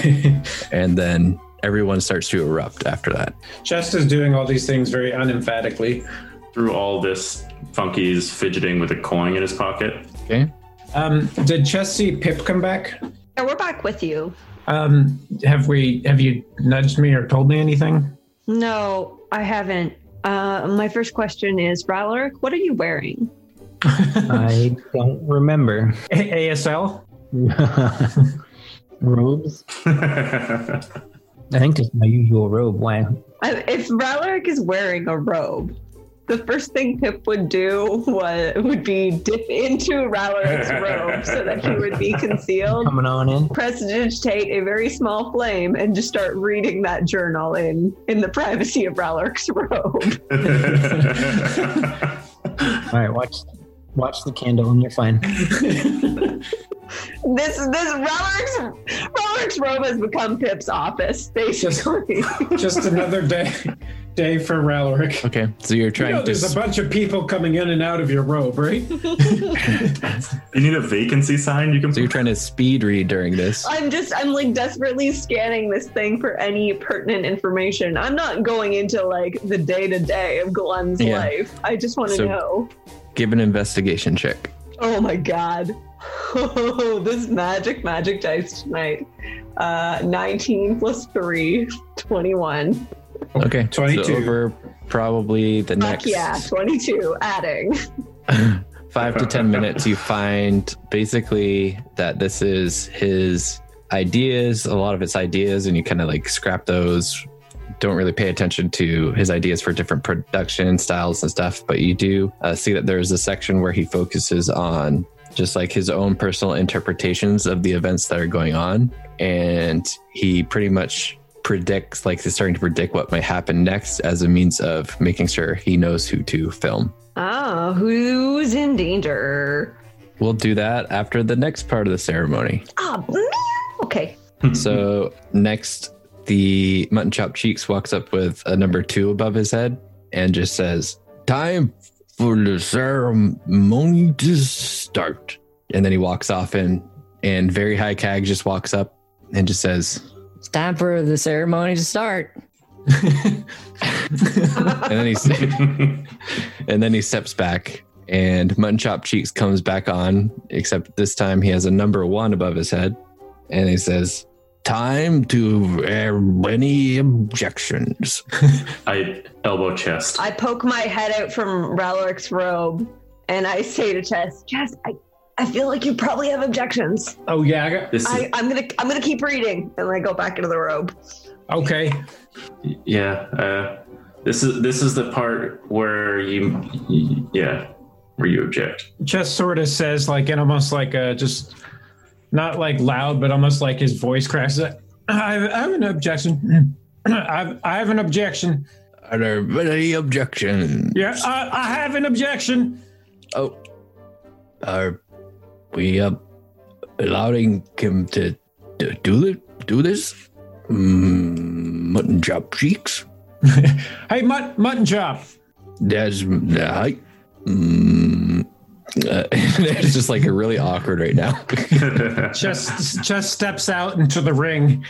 Speaker 1: and then everyone starts to erupt after that.
Speaker 2: Chest is doing all these things very unemphatically.
Speaker 8: Through all this, Funky's fidgeting with a coin in his pocket.
Speaker 1: Okay.
Speaker 2: Um, did Chest see Pip come back?
Speaker 6: Yeah, we're back with you.
Speaker 2: Um, have we? Have you nudged me or told me anything?
Speaker 6: No, I haven't. Uh, my first question is, Ralaric, what are you wearing?
Speaker 3: I don't remember.
Speaker 2: A- ASL.
Speaker 3: Robes?
Speaker 8: I
Speaker 3: I think this is my usual robe. Why?
Speaker 6: I- If Ralaric is wearing a robe, the first thing Pip would do was, would be dip into Ralaric's robe so that he would be concealed.
Speaker 3: Coming on in.
Speaker 6: Prestidigitate a very small flame and just start reading that journal in in the privacy of Ralaric's robe.
Speaker 3: All right, watch, watch the candle, and you're fine.
Speaker 6: This this Ralaric's Ralaric's robe has become Pip's office, basically.
Speaker 2: Just another day, day for Ralaric.
Speaker 1: Okay, so you're
Speaker 2: You
Speaker 1: trying
Speaker 2: know,
Speaker 1: to.
Speaker 2: there's a bunch of people coming in and out of your robe, right?
Speaker 8: you need a vacancy sign. You can.
Speaker 1: So you're trying to speed read during this.
Speaker 6: I'm just I'm like desperately scanning this thing for any pertinent information. I'm not going into like the day to day of Glenn's
Speaker 1: Yeah.
Speaker 6: life. I just want to
Speaker 1: So-
Speaker 6: know.
Speaker 1: Give an investigation check.
Speaker 6: Oh my god. Oh, this magic magic dice tonight. Uh 19 plus 3 21.
Speaker 1: Okay, so
Speaker 2: 22.
Speaker 1: over probably the
Speaker 6: Fuck
Speaker 1: next
Speaker 6: yeah, 22 adding.
Speaker 1: five to ten minutes, you find basically that this is his ideas, a lot of his ideas, and you kind of like scrap those. Don't really pay attention to his ideas for different production styles and stuff, but you do uh, see that there's a section where he focuses on just like his own personal interpretations of the events that are going on. And he pretty much predicts, like, he's starting to predict what might happen next as a means of making sure he knows who to film.
Speaker 6: Oh, who's in danger?
Speaker 1: We'll do that after the next part of the ceremony.
Speaker 6: Ah, man. Okay.
Speaker 1: so next, the mutton chop cheeks walks up with a number two above his head and just says, "Time for the ceremony to start." And then he walks off and and very high cag just walks up and just says,
Speaker 9: It's time for the ceremony to start.
Speaker 1: and then he's and then he steps back and mutton chop cheeks comes back on except this time he has a number one above his head and he says time to air any objections
Speaker 8: I elbow chest.
Speaker 6: I poke my head out from Ralaric's robe and I say to Chess, Chess, I, I feel like you probably have objections.
Speaker 2: Oh yeah, I got,
Speaker 8: This is,
Speaker 6: I, I'm gonna I'm gonna keep reading. And I go back into the robe.
Speaker 2: okay.
Speaker 8: yeah. Uh, this is this is the part where you, yeah, where you object.
Speaker 2: Just sort of says like, and almost like uh just not like loud, but almost like his voice cracks. Like, I, have, I have an objection. I've, I have an objection.
Speaker 1: are there any objections
Speaker 2: Yeah, I, I have an objection.
Speaker 1: oh are we uh, allowing him to, to do it do this mm, mutton chop cheeks
Speaker 2: Hey, mut, mutton chop.
Speaker 1: That's the height. uh, Mm, uh, it's just like really awkward right now.
Speaker 2: just just steps out into the ring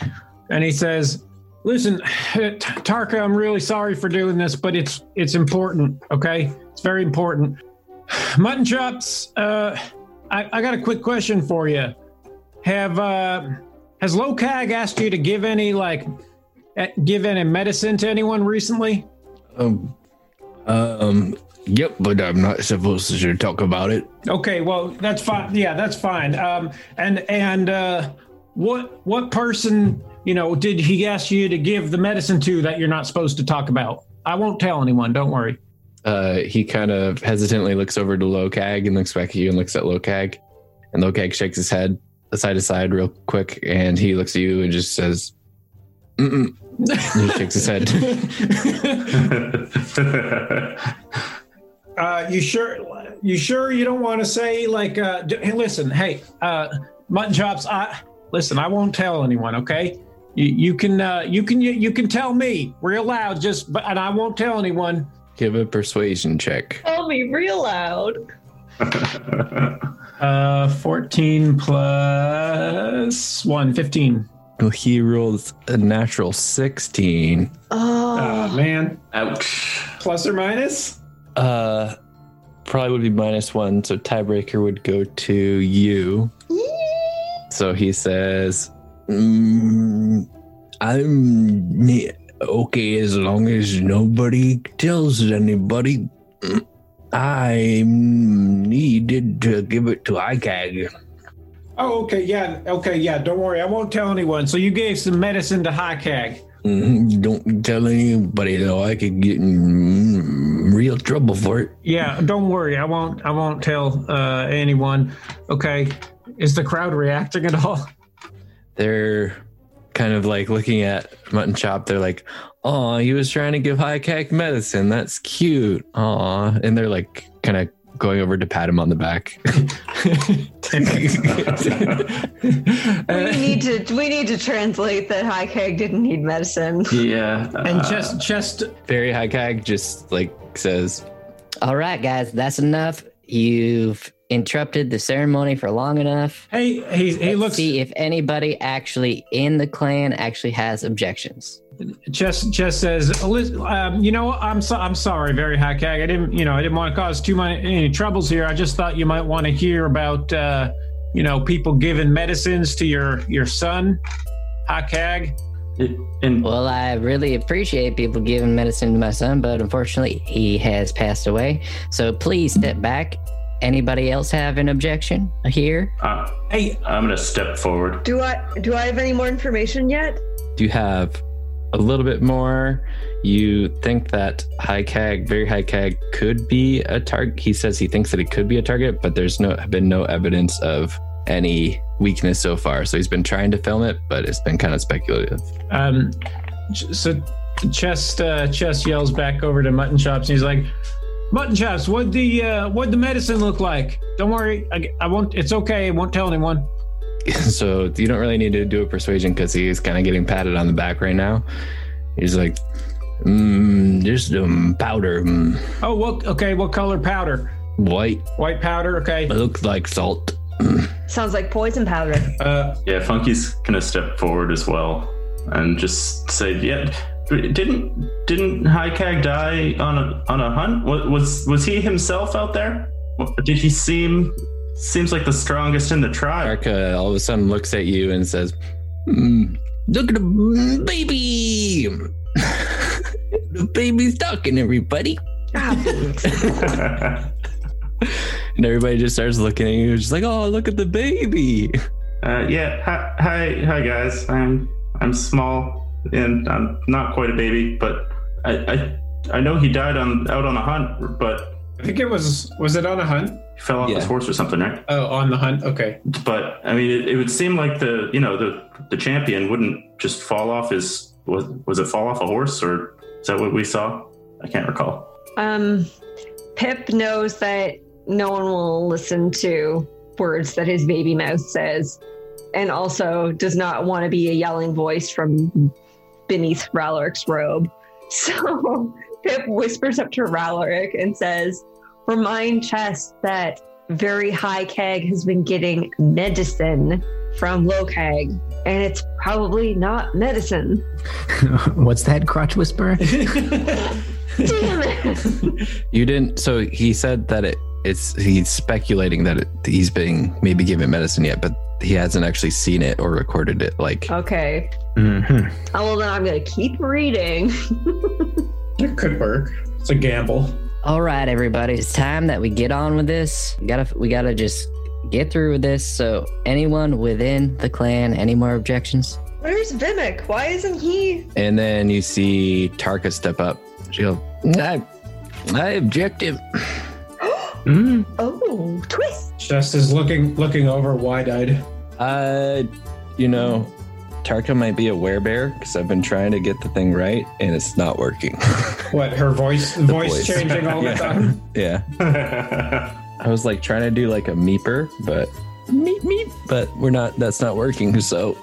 Speaker 2: and he says listen tarka i'm really sorry for doing this but it's it's important okay it's very important mutton chops uh i, I got a quick question for you have uh has low cag asked you to give any like eh, give any medicine to anyone recently
Speaker 1: um, um, yep, but I'm not supposed to talk about it.
Speaker 2: Okay, well, that's fine. Yeah, that's fine. Um, and and uh, what what person you know did he ask you to give the medicine to that you're not supposed to talk about? I won't tell anyone. Don't worry.
Speaker 1: Uh, he kind of hesitantly looks over to Locag and looks back at you and looks at Locag, and Locag shakes his head side to side real quick, and he looks at you and just says, Mm-mm. and he shakes his head.
Speaker 2: Uh, you sure? You sure you don't want to say like? Uh, d- hey, listen, hey, uh, mutton chops. I listen. I won't tell anyone. Okay. You, you can uh, you can you, you can tell me real loud. Just but and I won't tell anyone.
Speaker 1: Give a persuasion check.
Speaker 6: Tell me real loud.
Speaker 2: Uh, 14 plus 1, 15.
Speaker 1: Well, he rolls a natural 16.
Speaker 2: Oh,
Speaker 6: Oh,
Speaker 2: man.
Speaker 8: Ouch.
Speaker 2: Plus or minus?
Speaker 1: Uh, probably would be minus one. So tiebreaker would go to you. So he says, mm, "I'm me- okay as long as nobody tells anybody. I'm needed to give it to ICAG.
Speaker 2: Oh, okay. Yeah. Okay. Yeah. Don't worry. I won't tell anyone. So you gave some medicine to High Cag.
Speaker 1: Mhm, Don't tell anybody, though. I could get in mm, real trouble for it.
Speaker 2: Yeah, don't worry. I won't. I won't tell uh, anyone. Okay. Is the crowd reacting at all?
Speaker 1: They're kind of like looking at Mutton Chop. They're like, "Oh, he was trying to give High Cack medicine. That's cute." Aw, and they're like kind of going over to pat him on the back. Uh,
Speaker 6: We need to we need to translate that High Keg didn't need medicine.
Speaker 8: Yeah.
Speaker 2: And
Speaker 8: uh,
Speaker 2: just, just
Speaker 1: Very High Cack just like says,
Speaker 9: All right, guys, that's enough. You've interrupted the ceremony for long enough.
Speaker 2: hey, he he
Speaker 9: Let's
Speaker 2: looks
Speaker 9: see if anybody actually in the clan actually has objections.
Speaker 2: just just says, "Liz- um, you know, I'm so, I'm sorry, very high cag. I didn't, you know, I didn't want to cause too much any troubles here. I just thought you might want to hear about, uh, you know, people giving medicines to your your son, high cag.
Speaker 8: it- and uh,
Speaker 9: Well, I really appreciate people giving medicine to my son, but unfortunately, he has passed away. So please step back. Anybody else have an objection here?
Speaker 8: uh,
Speaker 2: Hey,
Speaker 8: I'm gonna step forward.
Speaker 6: Do I do I have any more information yet?
Speaker 1: "Do you have a little bit more?" You think that High Cag, very High Cag, could be a target. He says he thinks that it could be a target, but there's no been no evidence of any weakness so far. So he's been trying to film it, but it's been kind of speculative.
Speaker 2: Um, ch- so Chest uh, Chest yells back over to Mutton Chops, and he's like, "Mutton Chops, what the uh, what the medicine look like? Don't worry, I, I won't. It's okay. I won't tell anyone."
Speaker 1: so you don't really need to do a persuasion because he is kind of getting patted on the back right now. He's like, mm, there's some powder, mm,
Speaker 2: Oh, what? Okay, what color powder?
Speaker 1: white,
Speaker 2: White powder. Okay.
Speaker 1: looks like salt.
Speaker 6: Sounds like poison powder.
Speaker 2: Uh,
Speaker 8: Yeah, Funky's gonna step forward as well and just say, "Yeah, didn't didn't High Cag die on a on a hunt? Wa- Was was he himself out there? Did he seem seems like the strongest in the tribe?
Speaker 1: Arca all of a sudden looks at you and says, mm, look at the mm, baby. the baby's talking, everybody. And everybody just starts looking at you, just like, oh, look at the baby.
Speaker 8: Uh, yeah. Hi, hi, hi, guys. I'm I'm small and I'm not quite a baby, but I I, I know he died on out on a hunt, but
Speaker 2: I think it was was it on a hunt?
Speaker 8: he fell off his
Speaker 1: Yeah.
Speaker 8: horse or something, right?
Speaker 2: Oh, on the hunt. Okay.
Speaker 8: But I mean, it, it would seem like the you know the the champion wouldn't just fall off his was was it fall off a horse or is that what we saw? I can't recall.
Speaker 6: Um, Pip knows that no one will listen to words that his baby mouth says, and also does not want to be a yelling voice from beneath Raloric's robe. So Pip whispers up to Raloric and says, Remind Chest that very high keg has been getting medicine from low keg, and it's probably not medicine.
Speaker 3: What's that crotch whisperer?
Speaker 6: Damn it!
Speaker 1: You didn't. So he said that it. It's he's speculating that it, he's being maybe given medicine yet, but he hasn't actually seen it or recorded it. Like
Speaker 6: Okay.
Speaker 3: Mm-hmm.
Speaker 6: Oh, well, then I'm going to keep reading.
Speaker 2: It could work. It's a gamble.
Speaker 9: All right, everybody, it's time that we get on with this. We gotta, we gotta just get through with this. So, anyone within the clan, any more objections?
Speaker 6: Where's Vimic? Why isn't he?
Speaker 1: And then you see Tarka step up. She'll, I, I objective.
Speaker 6: Oh, twist!
Speaker 2: Chest is looking looking over wide eyed.
Speaker 1: Uh, you know, Tarka might be a werebear because I've been trying to get the thing right and it's not working.
Speaker 2: What her voice voice,
Speaker 1: voice.
Speaker 2: changing all the time.
Speaker 1: yeah. I was like trying to do like a meeper, but meep meep, but we're not, that's not working. So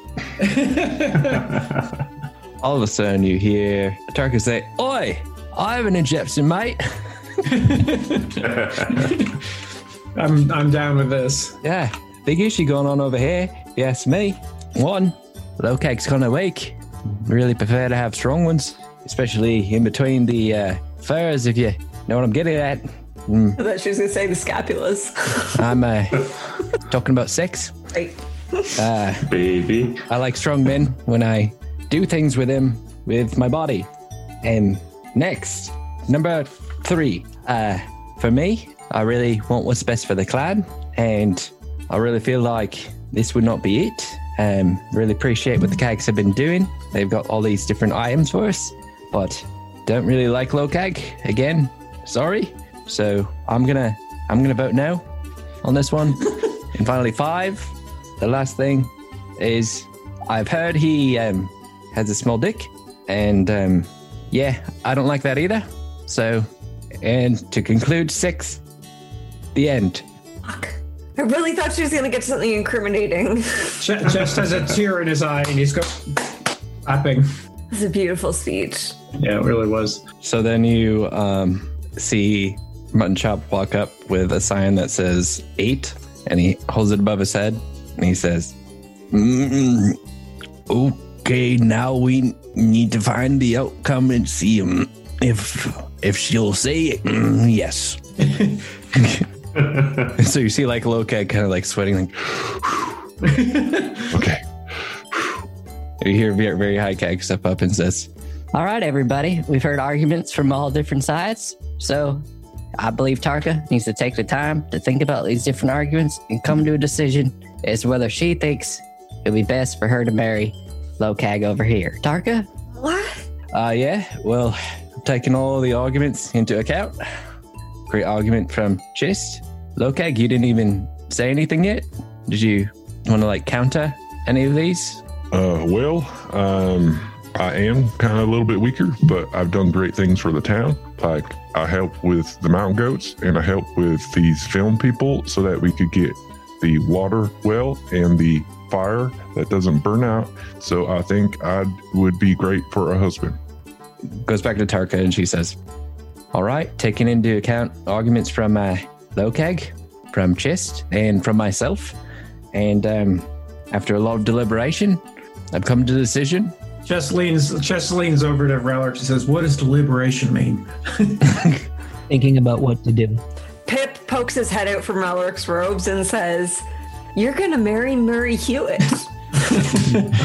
Speaker 1: all of a sudden you hear Tarka say, Oi, I have an injection, mate.
Speaker 2: I'm I'm down with this.
Speaker 1: Yeah, big issue going on over here. If you ask me, one, low cake's kind of weak. Really prefer to have strong ones, especially in between the uh, furs, if you know what I'm getting at.
Speaker 10: I thought she was gonna say the scapulas.
Speaker 1: I'm uh, talking about sex.
Speaker 10: Right.
Speaker 1: Uh,
Speaker 8: Baby,
Speaker 1: I like strong men when I do things with him, with my body. And next, number three. Uh, for me, I really want what's best for the clan, and I really feel like this would not be it
Speaker 9: Um, really appreciate what the Cags have been doing. They've got all these different items for us, but don't really like low cag again. Sorry. So I'm gonna I'm gonna vote no on this one. and finally, five. The last thing is I've heard he um, has a small dick, and um, yeah, I don't like that either. So, and to conclude, six. The end.
Speaker 6: I really thought she was going to get something incriminating.
Speaker 2: Ch- Just has a tear in his eye, and he's go clapping.
Speaker 6: It's a beautiful speech.
Speaker 2: Yeah, it really was.
Speaker 1: So then you um, see Mutton Chop walk up with a sign that says eight, and he holds it above his head, and he says, mm
Speaker 11: Okay, now we need to find the outcome and see um, if if she'll say mm, yes.
Speaker 1: so you see like Lokag kind of like sweating, like okay. you hear very, very high Kag step up and says,
Speaker 9: All right, everybody. We've heard arguments from all different sides. So I believe Tarka needs to take the time to think about these different arguments and come to a decision as to whether she thinks it would be best for her to marry Lokag over here. Tarka?
Speaker 6: What?
Speaker 1: Uh, yeah, well, taking all the arguments into account. Great argument from Chist. Lokag, you didn't even say anything yet. Did you want to like counter any of these?
Speaker 4: Uh, well, um, I am kind of a little bit weaker, but I've done great things for the town. Like I helped with the mountain goats, and I helped with these film people so that we could get the water well and the fire that doesn't burn out. So I think I would be great for a husband.
Speaker 1: Goes back to Tarka and she says, All right, taking into account arguments from uh, Lokag, from Chist, and from myself. And um, after a lot of deliberation, I've come to the decision.
Speaker 2: Chess leans. Chess leans over to Relarch and says, "What does deliberation mean?"
Speaker 3: Thinking about what to do.
Speaker 6: Pip pokes his head out from Relark's robes and says, You're going to marry Murray Hewitt.
Speaker 1: And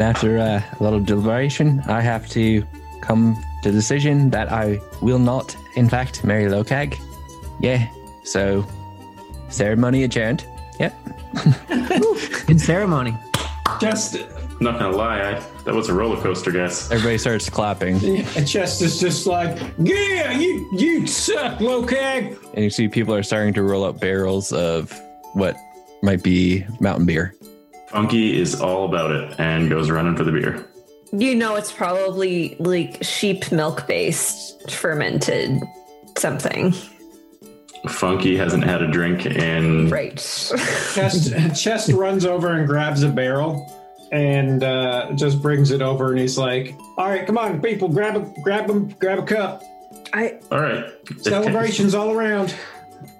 Speaker 1: after uh, a lot of deliberation, I have to come to the decision that I will not, in fact, marry Lokag. Yeah, so ceremony adjourned. Yep.
Speaker 3: In ceremony.
Speaker 2: Just
Speaker 8: Not gonna lie, I, that was a roller coaster guess.
Speaker 1: Everybody starts clapping.
Speaker 2: and Chess is just like, "Yeah, you you suck, Lokag."
Speaker 1: and you see people are starting to roll up barrels of what might be mountain beer.
Speaker 8: Funky is all about it and goes running for the beer.
Speaker 6: you know, it's probably like sheep milk based fermented something.
Speaker 8: Funky hasn't had a drink in
Speaker 6: Right.
Speaker 2: Chest Chest runs over and grabs a barrel and uh, just brings it over, and he's like, "All right, come on, people, grab a grab them, grab a cup.
Speaker 6: I
Speaker 8: all right. If-
Speaker 2: Celebrations all around."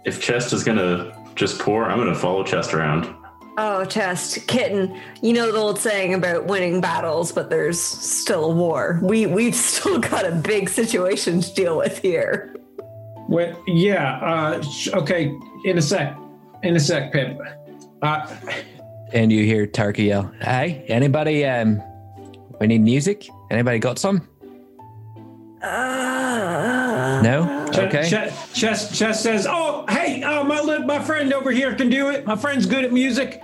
Speaker 8: If, Chest is gonna just pour, I'm gonna follow Chest around.
Speaker 6: Oh, chest kitten. You know the old saying about winning battles, but there's still a war. We we've still got a big situation to deal with here.
Speaker 2: Wait, yeah. Uh, sh- okay, in a sec, in a sec, Pip. Uh,
Speaker 1: And you hear Tarky yell, Hey, anybody um we need music? Anybody got some?
Speaker 6: Uh,
Speaker 1: No?
Speaker 2: Ch-
Speaker 1: Okay.
Speaker 2: Ch- Chess Chess says, "Oh, hey, uh, my li- my friend over here can do it. My friend's good at music."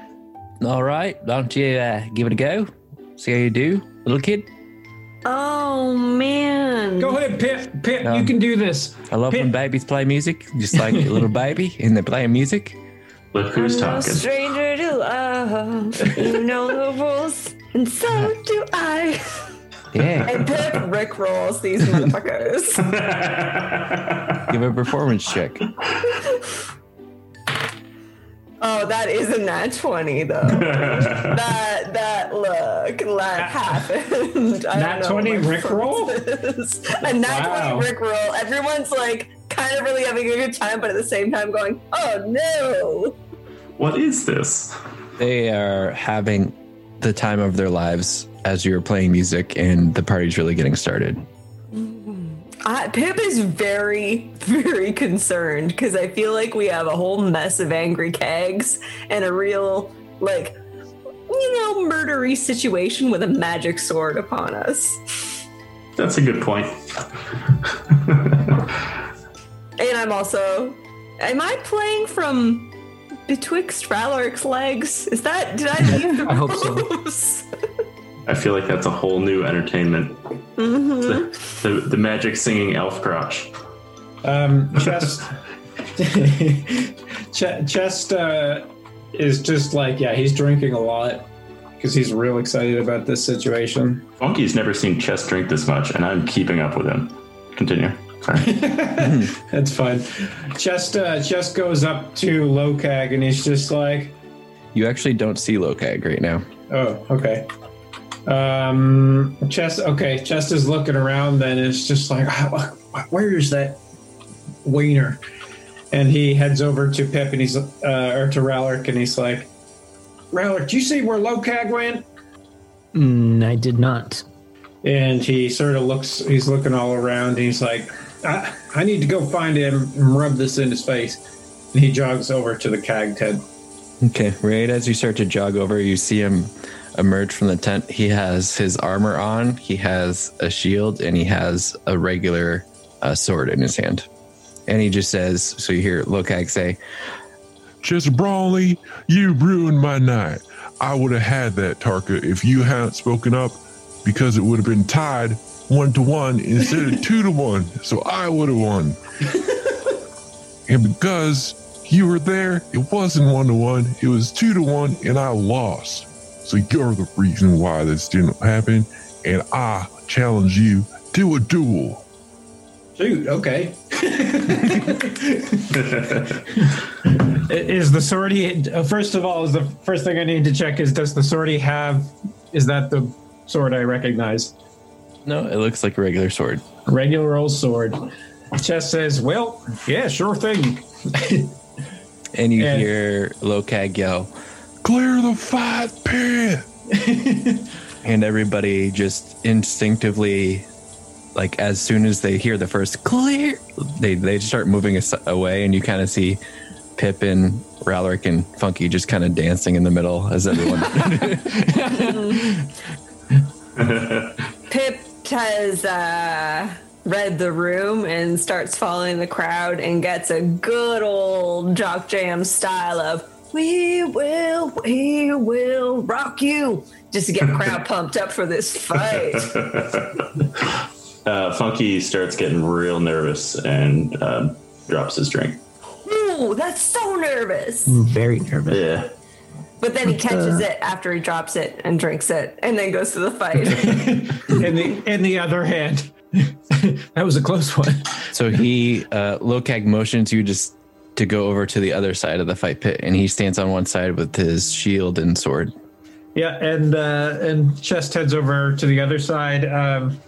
Speaker 1: All right. Why don't you uh, give it a go? See how you do, little kid.
Speaker 6: Oh man.
Speaker 2: Go ahead, Pip. Pip,
Speaker 1: No.
Speaker 2: you can do this.
Speaker 1: I love when babies play music, just like a little baby, and they're playing music.
Speaker 8: Look who's
Speaker 6: I'm no
Speaker 8: talking.
Speaker 6: stranger to love. You know the rules, and so do I.
Speaker 1: Yeah.
Speaker 6: And Pip Rick rolls these motherfuckers.
Speaker 1: give a performance check.
Speaker 6: Oh, that is a nat twenty though. That that look that happened. I
Speaker 2: Nat
Speaker 6: don't know
Speaker 2: 20
Speaker 6: what my
Speaker 2: Rick roll?
Speaker 6: performance is. A nat
Speaker 2: Wow.
Speaker 6: twenty Rick roll. Everyone's like kind of really having a good time, but at the same time going, "Oh no!"
Speaker 8: what is this?
Speaker 1: They are having the time of their lives as you're playing music, and the party's really getting started.
Speaker 6: I, Pip is very very concerned because I feel like we have a whole mess of angry kegs and a real like you know murdery situation with a magic sword upon us.
Speaker 8: That's a good point.
Speaker 6: And I'm also, am I playing from
Speaker 10: betwixt Rallaric's legs? Is that did I leave the I hope so.
Speaker 8: I feel like that's a whole new entertainment.
Speaker 10: hmm
Speaker 8: The, the magic singing elf crotch.
Speaker 2: Um, chest, Ch- chest uh, is just like yeah, he's drinking a lot because he's real excited about this situation.
Speaker 8: Funky's never seen Chess drink this much, and I'm keeping up with him. Continue. Sorry.
Speaker 2: That's fun. Chest uh, Chest goes up to Lokag and he's just like,
Speaker 1: You actually don't see Lokag right now.
Speaker 2: oh, okay. Um, Chest, okay. Chest is looking around. Then it's just like, "Ah, wh- where is that wiener? And he heads over to Pip and he's uh, or to Rallark and he's like, Rallark, do you see where Lokag went?
Speaker 3: Mm, I did not.
Speaker 2: and he sort of looks he's looking all around and he's like I, I need to go find him and rub this in his face and he jogs over to the cag tent
Speaker 1: Okay, right as you start to jog over, you see him emerge from the tent. He has his armor on, he has a shield, and he has a regular uh, sword in his hand. And he just says, So you hear Lokag say,
Speaker 4: Just Brawley, you ruined my night. I would have had that, Tarka, if you hadn't spoken up because it would have been tied one to one instead of two to one. So I would have won. and because you were there, it wasn't one to one, it was two to one, and I lost. So you're the reason why this didn't happen. And I challenge you to a duel.
Speaker 2: shoot okay is the sortie uh, first of all is the first thing i need to check is does the sortie have is that the sword i recognize
Speaker 1: No, it looks like a regular sword.
Speaker 2: regular old sword chess says well yeah sure thing
Speaker 1: And you
Speaker 2: And-
Speaker 1: hear Lokag yell,
Speaker 4: Clear the fight pit.
Speaker 1: and everybody just instinctively like as soon as they hear the first clear they they start moving as- away and you kind of see pip and Ralric and funky just kind of dancing in the middle as everyone
Speaker 10: Pip has uh, read the room and starts following the crowd and gets a good old jock jam style of "We will, we will rock you" just to get crowd pumped up for this fight.
Speaker 8: Uh, Funky starts getting real nervous and um, drops his drink.
Speaker 10: Ooh, that's so nervous.
Speaker 3: Very nervous.
Speaker 8: Yeah.
Speaker 10: But then he
Speaker 3: But,
Speaker 10: catches
Speaker 3: uh,
Speaker 10: it after he drops it and drinks it and then goes to the fight.
Speaker 2: in the in the other hand that was a close one
Speaker 1: so he uh lokag motions you just to go over to the other side of the fight pit and he stands on one side with his shield and sword
Speaker 2: Yeah, and uh, and Chest heads over to the other side, um,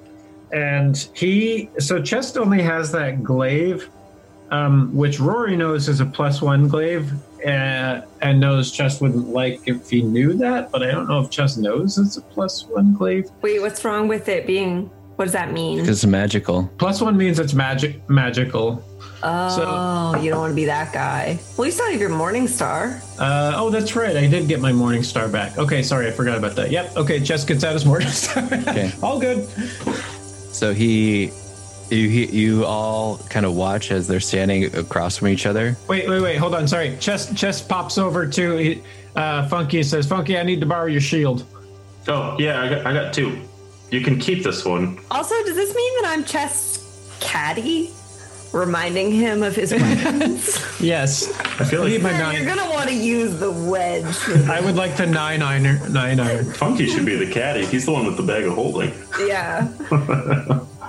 Speaker 2: and he so Chest only has that glaive, um, which Rory knows is a plus one glaive, uh, and knows Chest wouldn't like if he knew that, but I don't know if Chest knows it's a plus one glaive.
Speaker 10: Wait, what's wrong with it being? What does that mean?
Speaker 1: because magical
Speaker 2: Plus one means it's magic magical.
Speaker 10: Oh, you don't want to be that guy. Well, you still have your morning star.
Speaker 2: Uh, oh, that's right. I did get my Morning Star back. Okay, sorry, I forgot about that. Yep. Okay, Chest gets out his Morning Star.
Speaker 1: Okay.
Speaker 2: All good.
Speaker 1: So he, you, he, you all kind of watch as they're standing across from each other.
Speaker 2: Wait, wait, wait. Hold on. Sorry. Chest chest pops over to uh, Funky and says, "Funky, I need to borrow your shield."
Speaker 8: Oh, yeah, I got, I got two. You can keep this one.
Speaker 10: Also, does this mean that I'm Chess caddy? Reminding him of his weapons.
Speaker 2: Yes.
Speaker 8: I feel
Speaker 2: I
Speaker 8: like
Speaker 2: need my
Speaker 10: You're
Speaker 2: nine.
Speaker 10: gonna want to use the wedge.
Speaker 2: I would like the nine iron. Nine iron.
Speaker 8: Funky should be the caddy. He's the one with the bag of holding.
Speaker 10: Yeah.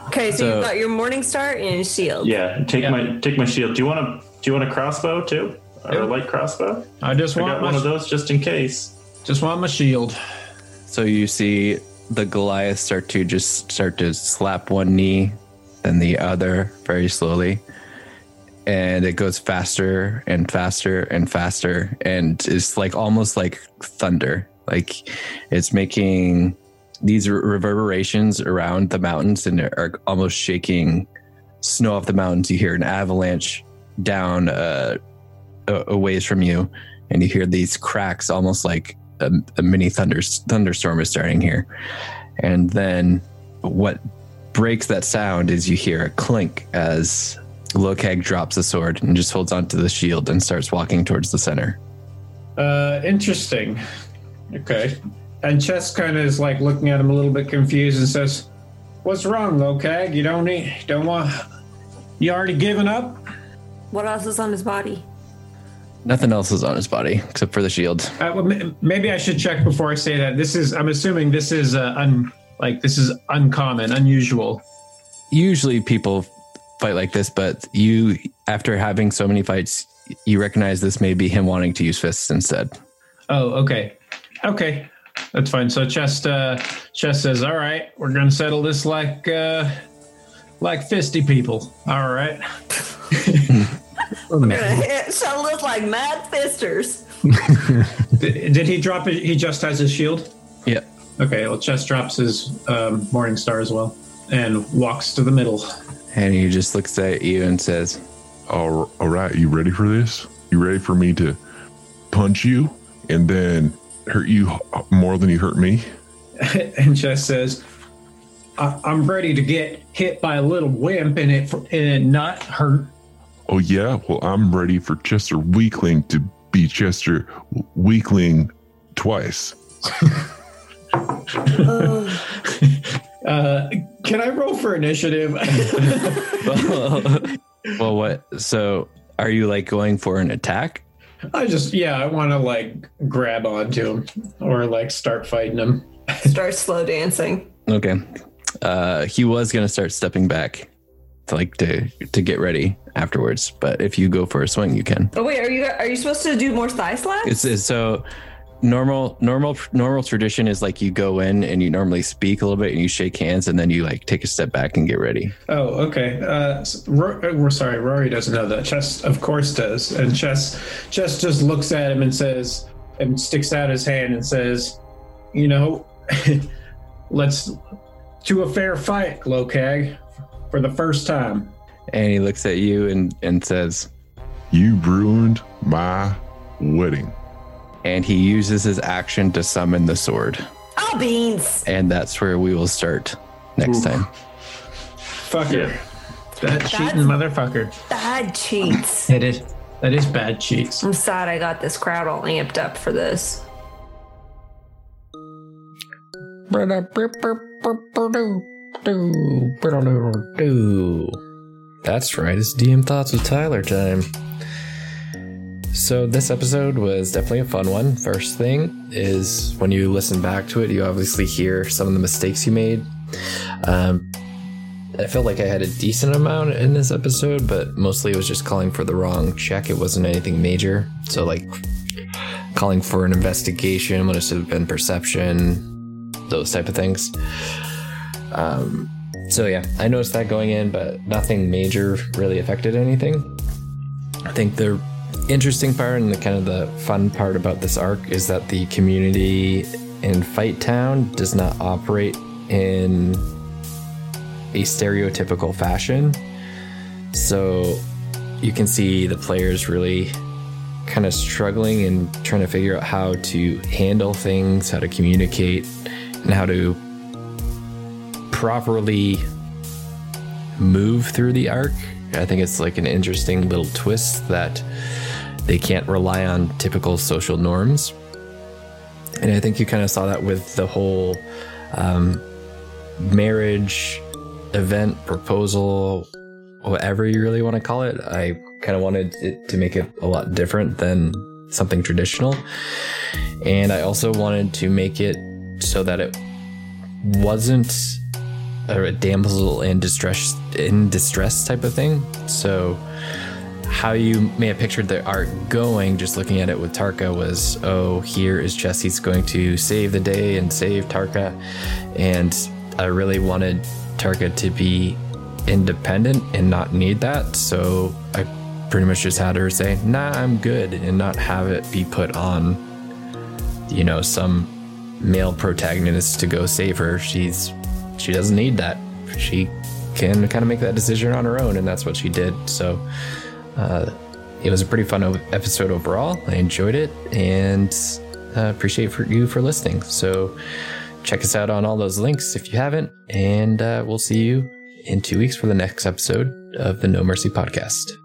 Speaker 10: Okay, so,
Speaker 1: So-
Speaker 10: you've got your morning star and shield.
Speaker 8: Yeah, take my take my shield. Do you want a do you want a crossbow too? Or a light crossbow?
Speaker 2: I just
Speaker 8: I
Speaker 2: want
Speaker 8: got
Speaker 2: my
Speaker 8: one of those just in case.
Speaker 2: just want my shield.
Speaker 1: So you see the Goliath start to just start to slap one knee, then the other very slowly, and it goes faster and faster and faster, and it's like almost like thunder. Like it's making these re- reverberations around the mountains and are almost shaking snow off the mountains. You hear an avalanche down uh, a, a ways from you, and you hear these cracks, almost like a, a mini thunder thunderstorm is starting here. And then what breaks that sound is you hear a clink as Lokag drops the sword and just holds onto the shield and starts walking towards the center.
Speaker 2: Uh, interesting. Okay. And Chess kind of is like looking at him a little bit confused and says, "What's wrong, Lokag? You don't need, don't want. You already given up?
Speaker 5: What else is on his body?
Speaker 12: Nothing else is on his body except for the shield.
Speaker 2: Uh, well, m- maybe I should check before I say that. This is. I'm assuming this is uh, un, like this is uncommon, unusual.
Speaker 12: Usually people fight like this, but you, after having so many fights, you recognize this may be him wanting to use fists instead.
Speaker 2: Oh, okay. Okay. That's fine. So Chest uh Chest says, All right, we're gonna settle this like uh like fisty people. All right.
Speaker 6: so look like mad fisters.
Speaker 2: did, did he drop it? He just has his shield.
Speaker 12: Yeah.
Speaker 2: Okay. Well, Chest drops his um, Morning Star as well and walks to the middle.
Speaker 12: And he just looks at you and says,
Speaker 4: all, all right, you ready for this? You ready for me to punch you and then hurt you h- more than you hurt me?
Speaker 2: and Chess says, I- "I'm ready to get hit by a little wimp and it and it not hurt."
Speaker 4: Oh, yeah. Well, I'm ready for Chester Weakling to be Chester Weakling twice.
Speaker 2: Uh, can I roll for initiative?
Speaker 12: Well, what? So are you like going for an attack?
Speaker 2: I just yeah, I want to like grab onto him or like start fighting him.
Speaker 6: Start slow dancing.
Speaker 12: Okay. Uh, he was going to start stepping back to like to, to get ready afterwards. But if you go for a swing, you can.
Speaker 6: Oh wait, are you are you supposed to do more thigh slaps?
Speaker 12: It's, it's so normal normal normal tradition is like you go in and you normally speak a little bit and you shake hands and then you like take a step back and get ready.
Speaker 2: Oh, okay. Uh, s- Ro- uh, we're sorry. Rory doesn't know that. Chess, of course, does. And Chess, Chess just looks at him and says, and sticks out his hand and says, "You know, let's to a fair fight, Lokag, for the first time."
Speaker 12: And he looks at you and and says,
Speaker 4: "You ruined my wedding."
Speaker 12: And he uses his action to summon the sword.
Speaker 6: Oh beans.
Speaker 12: And that's where we will start next time.
Speaker 2: Fucker, that
Speaker 6: That's-
Speaker 2: cheating motherfucker.
Speaker 6: Bad cheats.
Speaker 2: It is. That is bad cheats.
Speaker 6: I'm sad I got this crowd all amped up for this.
Speaker 1: That's right, it's DM Thoughts with Tyler time. So, this episode was definitely a fun one. First thing is when you listen back to it, you obviously hear some of the mistakes you made. Um, I felt like I had a decent amount in this episode, but mostly it was just calling for the wrong check. It wasn't anything major. So, like, calling for an investigation, what it should have been perception, those type of things. Um, so yeah, I noticed that going in, but nothing major really affected anything. I think the interesting part and the kind of the fun part about this arc is that the community in Fight Town does not operate in a stereotypical fashion. So you can see the players really kind of struggling and trying to figure out how to handle things, how to communicate, and how to properly move through the arc. I think it's like an interesting little twist that they can't rely on typical social norms. And I think you kind of saw that with the whole um, marriage event, proposal, whatever you really want to call it. I kind of wanted it to make it a lot different than something traditional. And I also wanted to make it so that it wasn't a damsel in distress in distress type of thing. So how you may have pictured the art going just looking at it with Tarka was oh here is Jesse's going to save the day and save Tarka and I really wanted Tarka to be independent and not need that so I pretty much just had her say nah I'm good and not have it be put on you know some male protagonist to go save her. She's she doesn't need that. She can kind of make that decision on her own, and that's what she did. So uh, it was a pretty fun o- episode overall. I enjoyed it, and uh, appreciate for you for listening. So check us out on all those links if you haven't, and uh, we'll see you in two weeks for the next episode of the No Mercy podcast.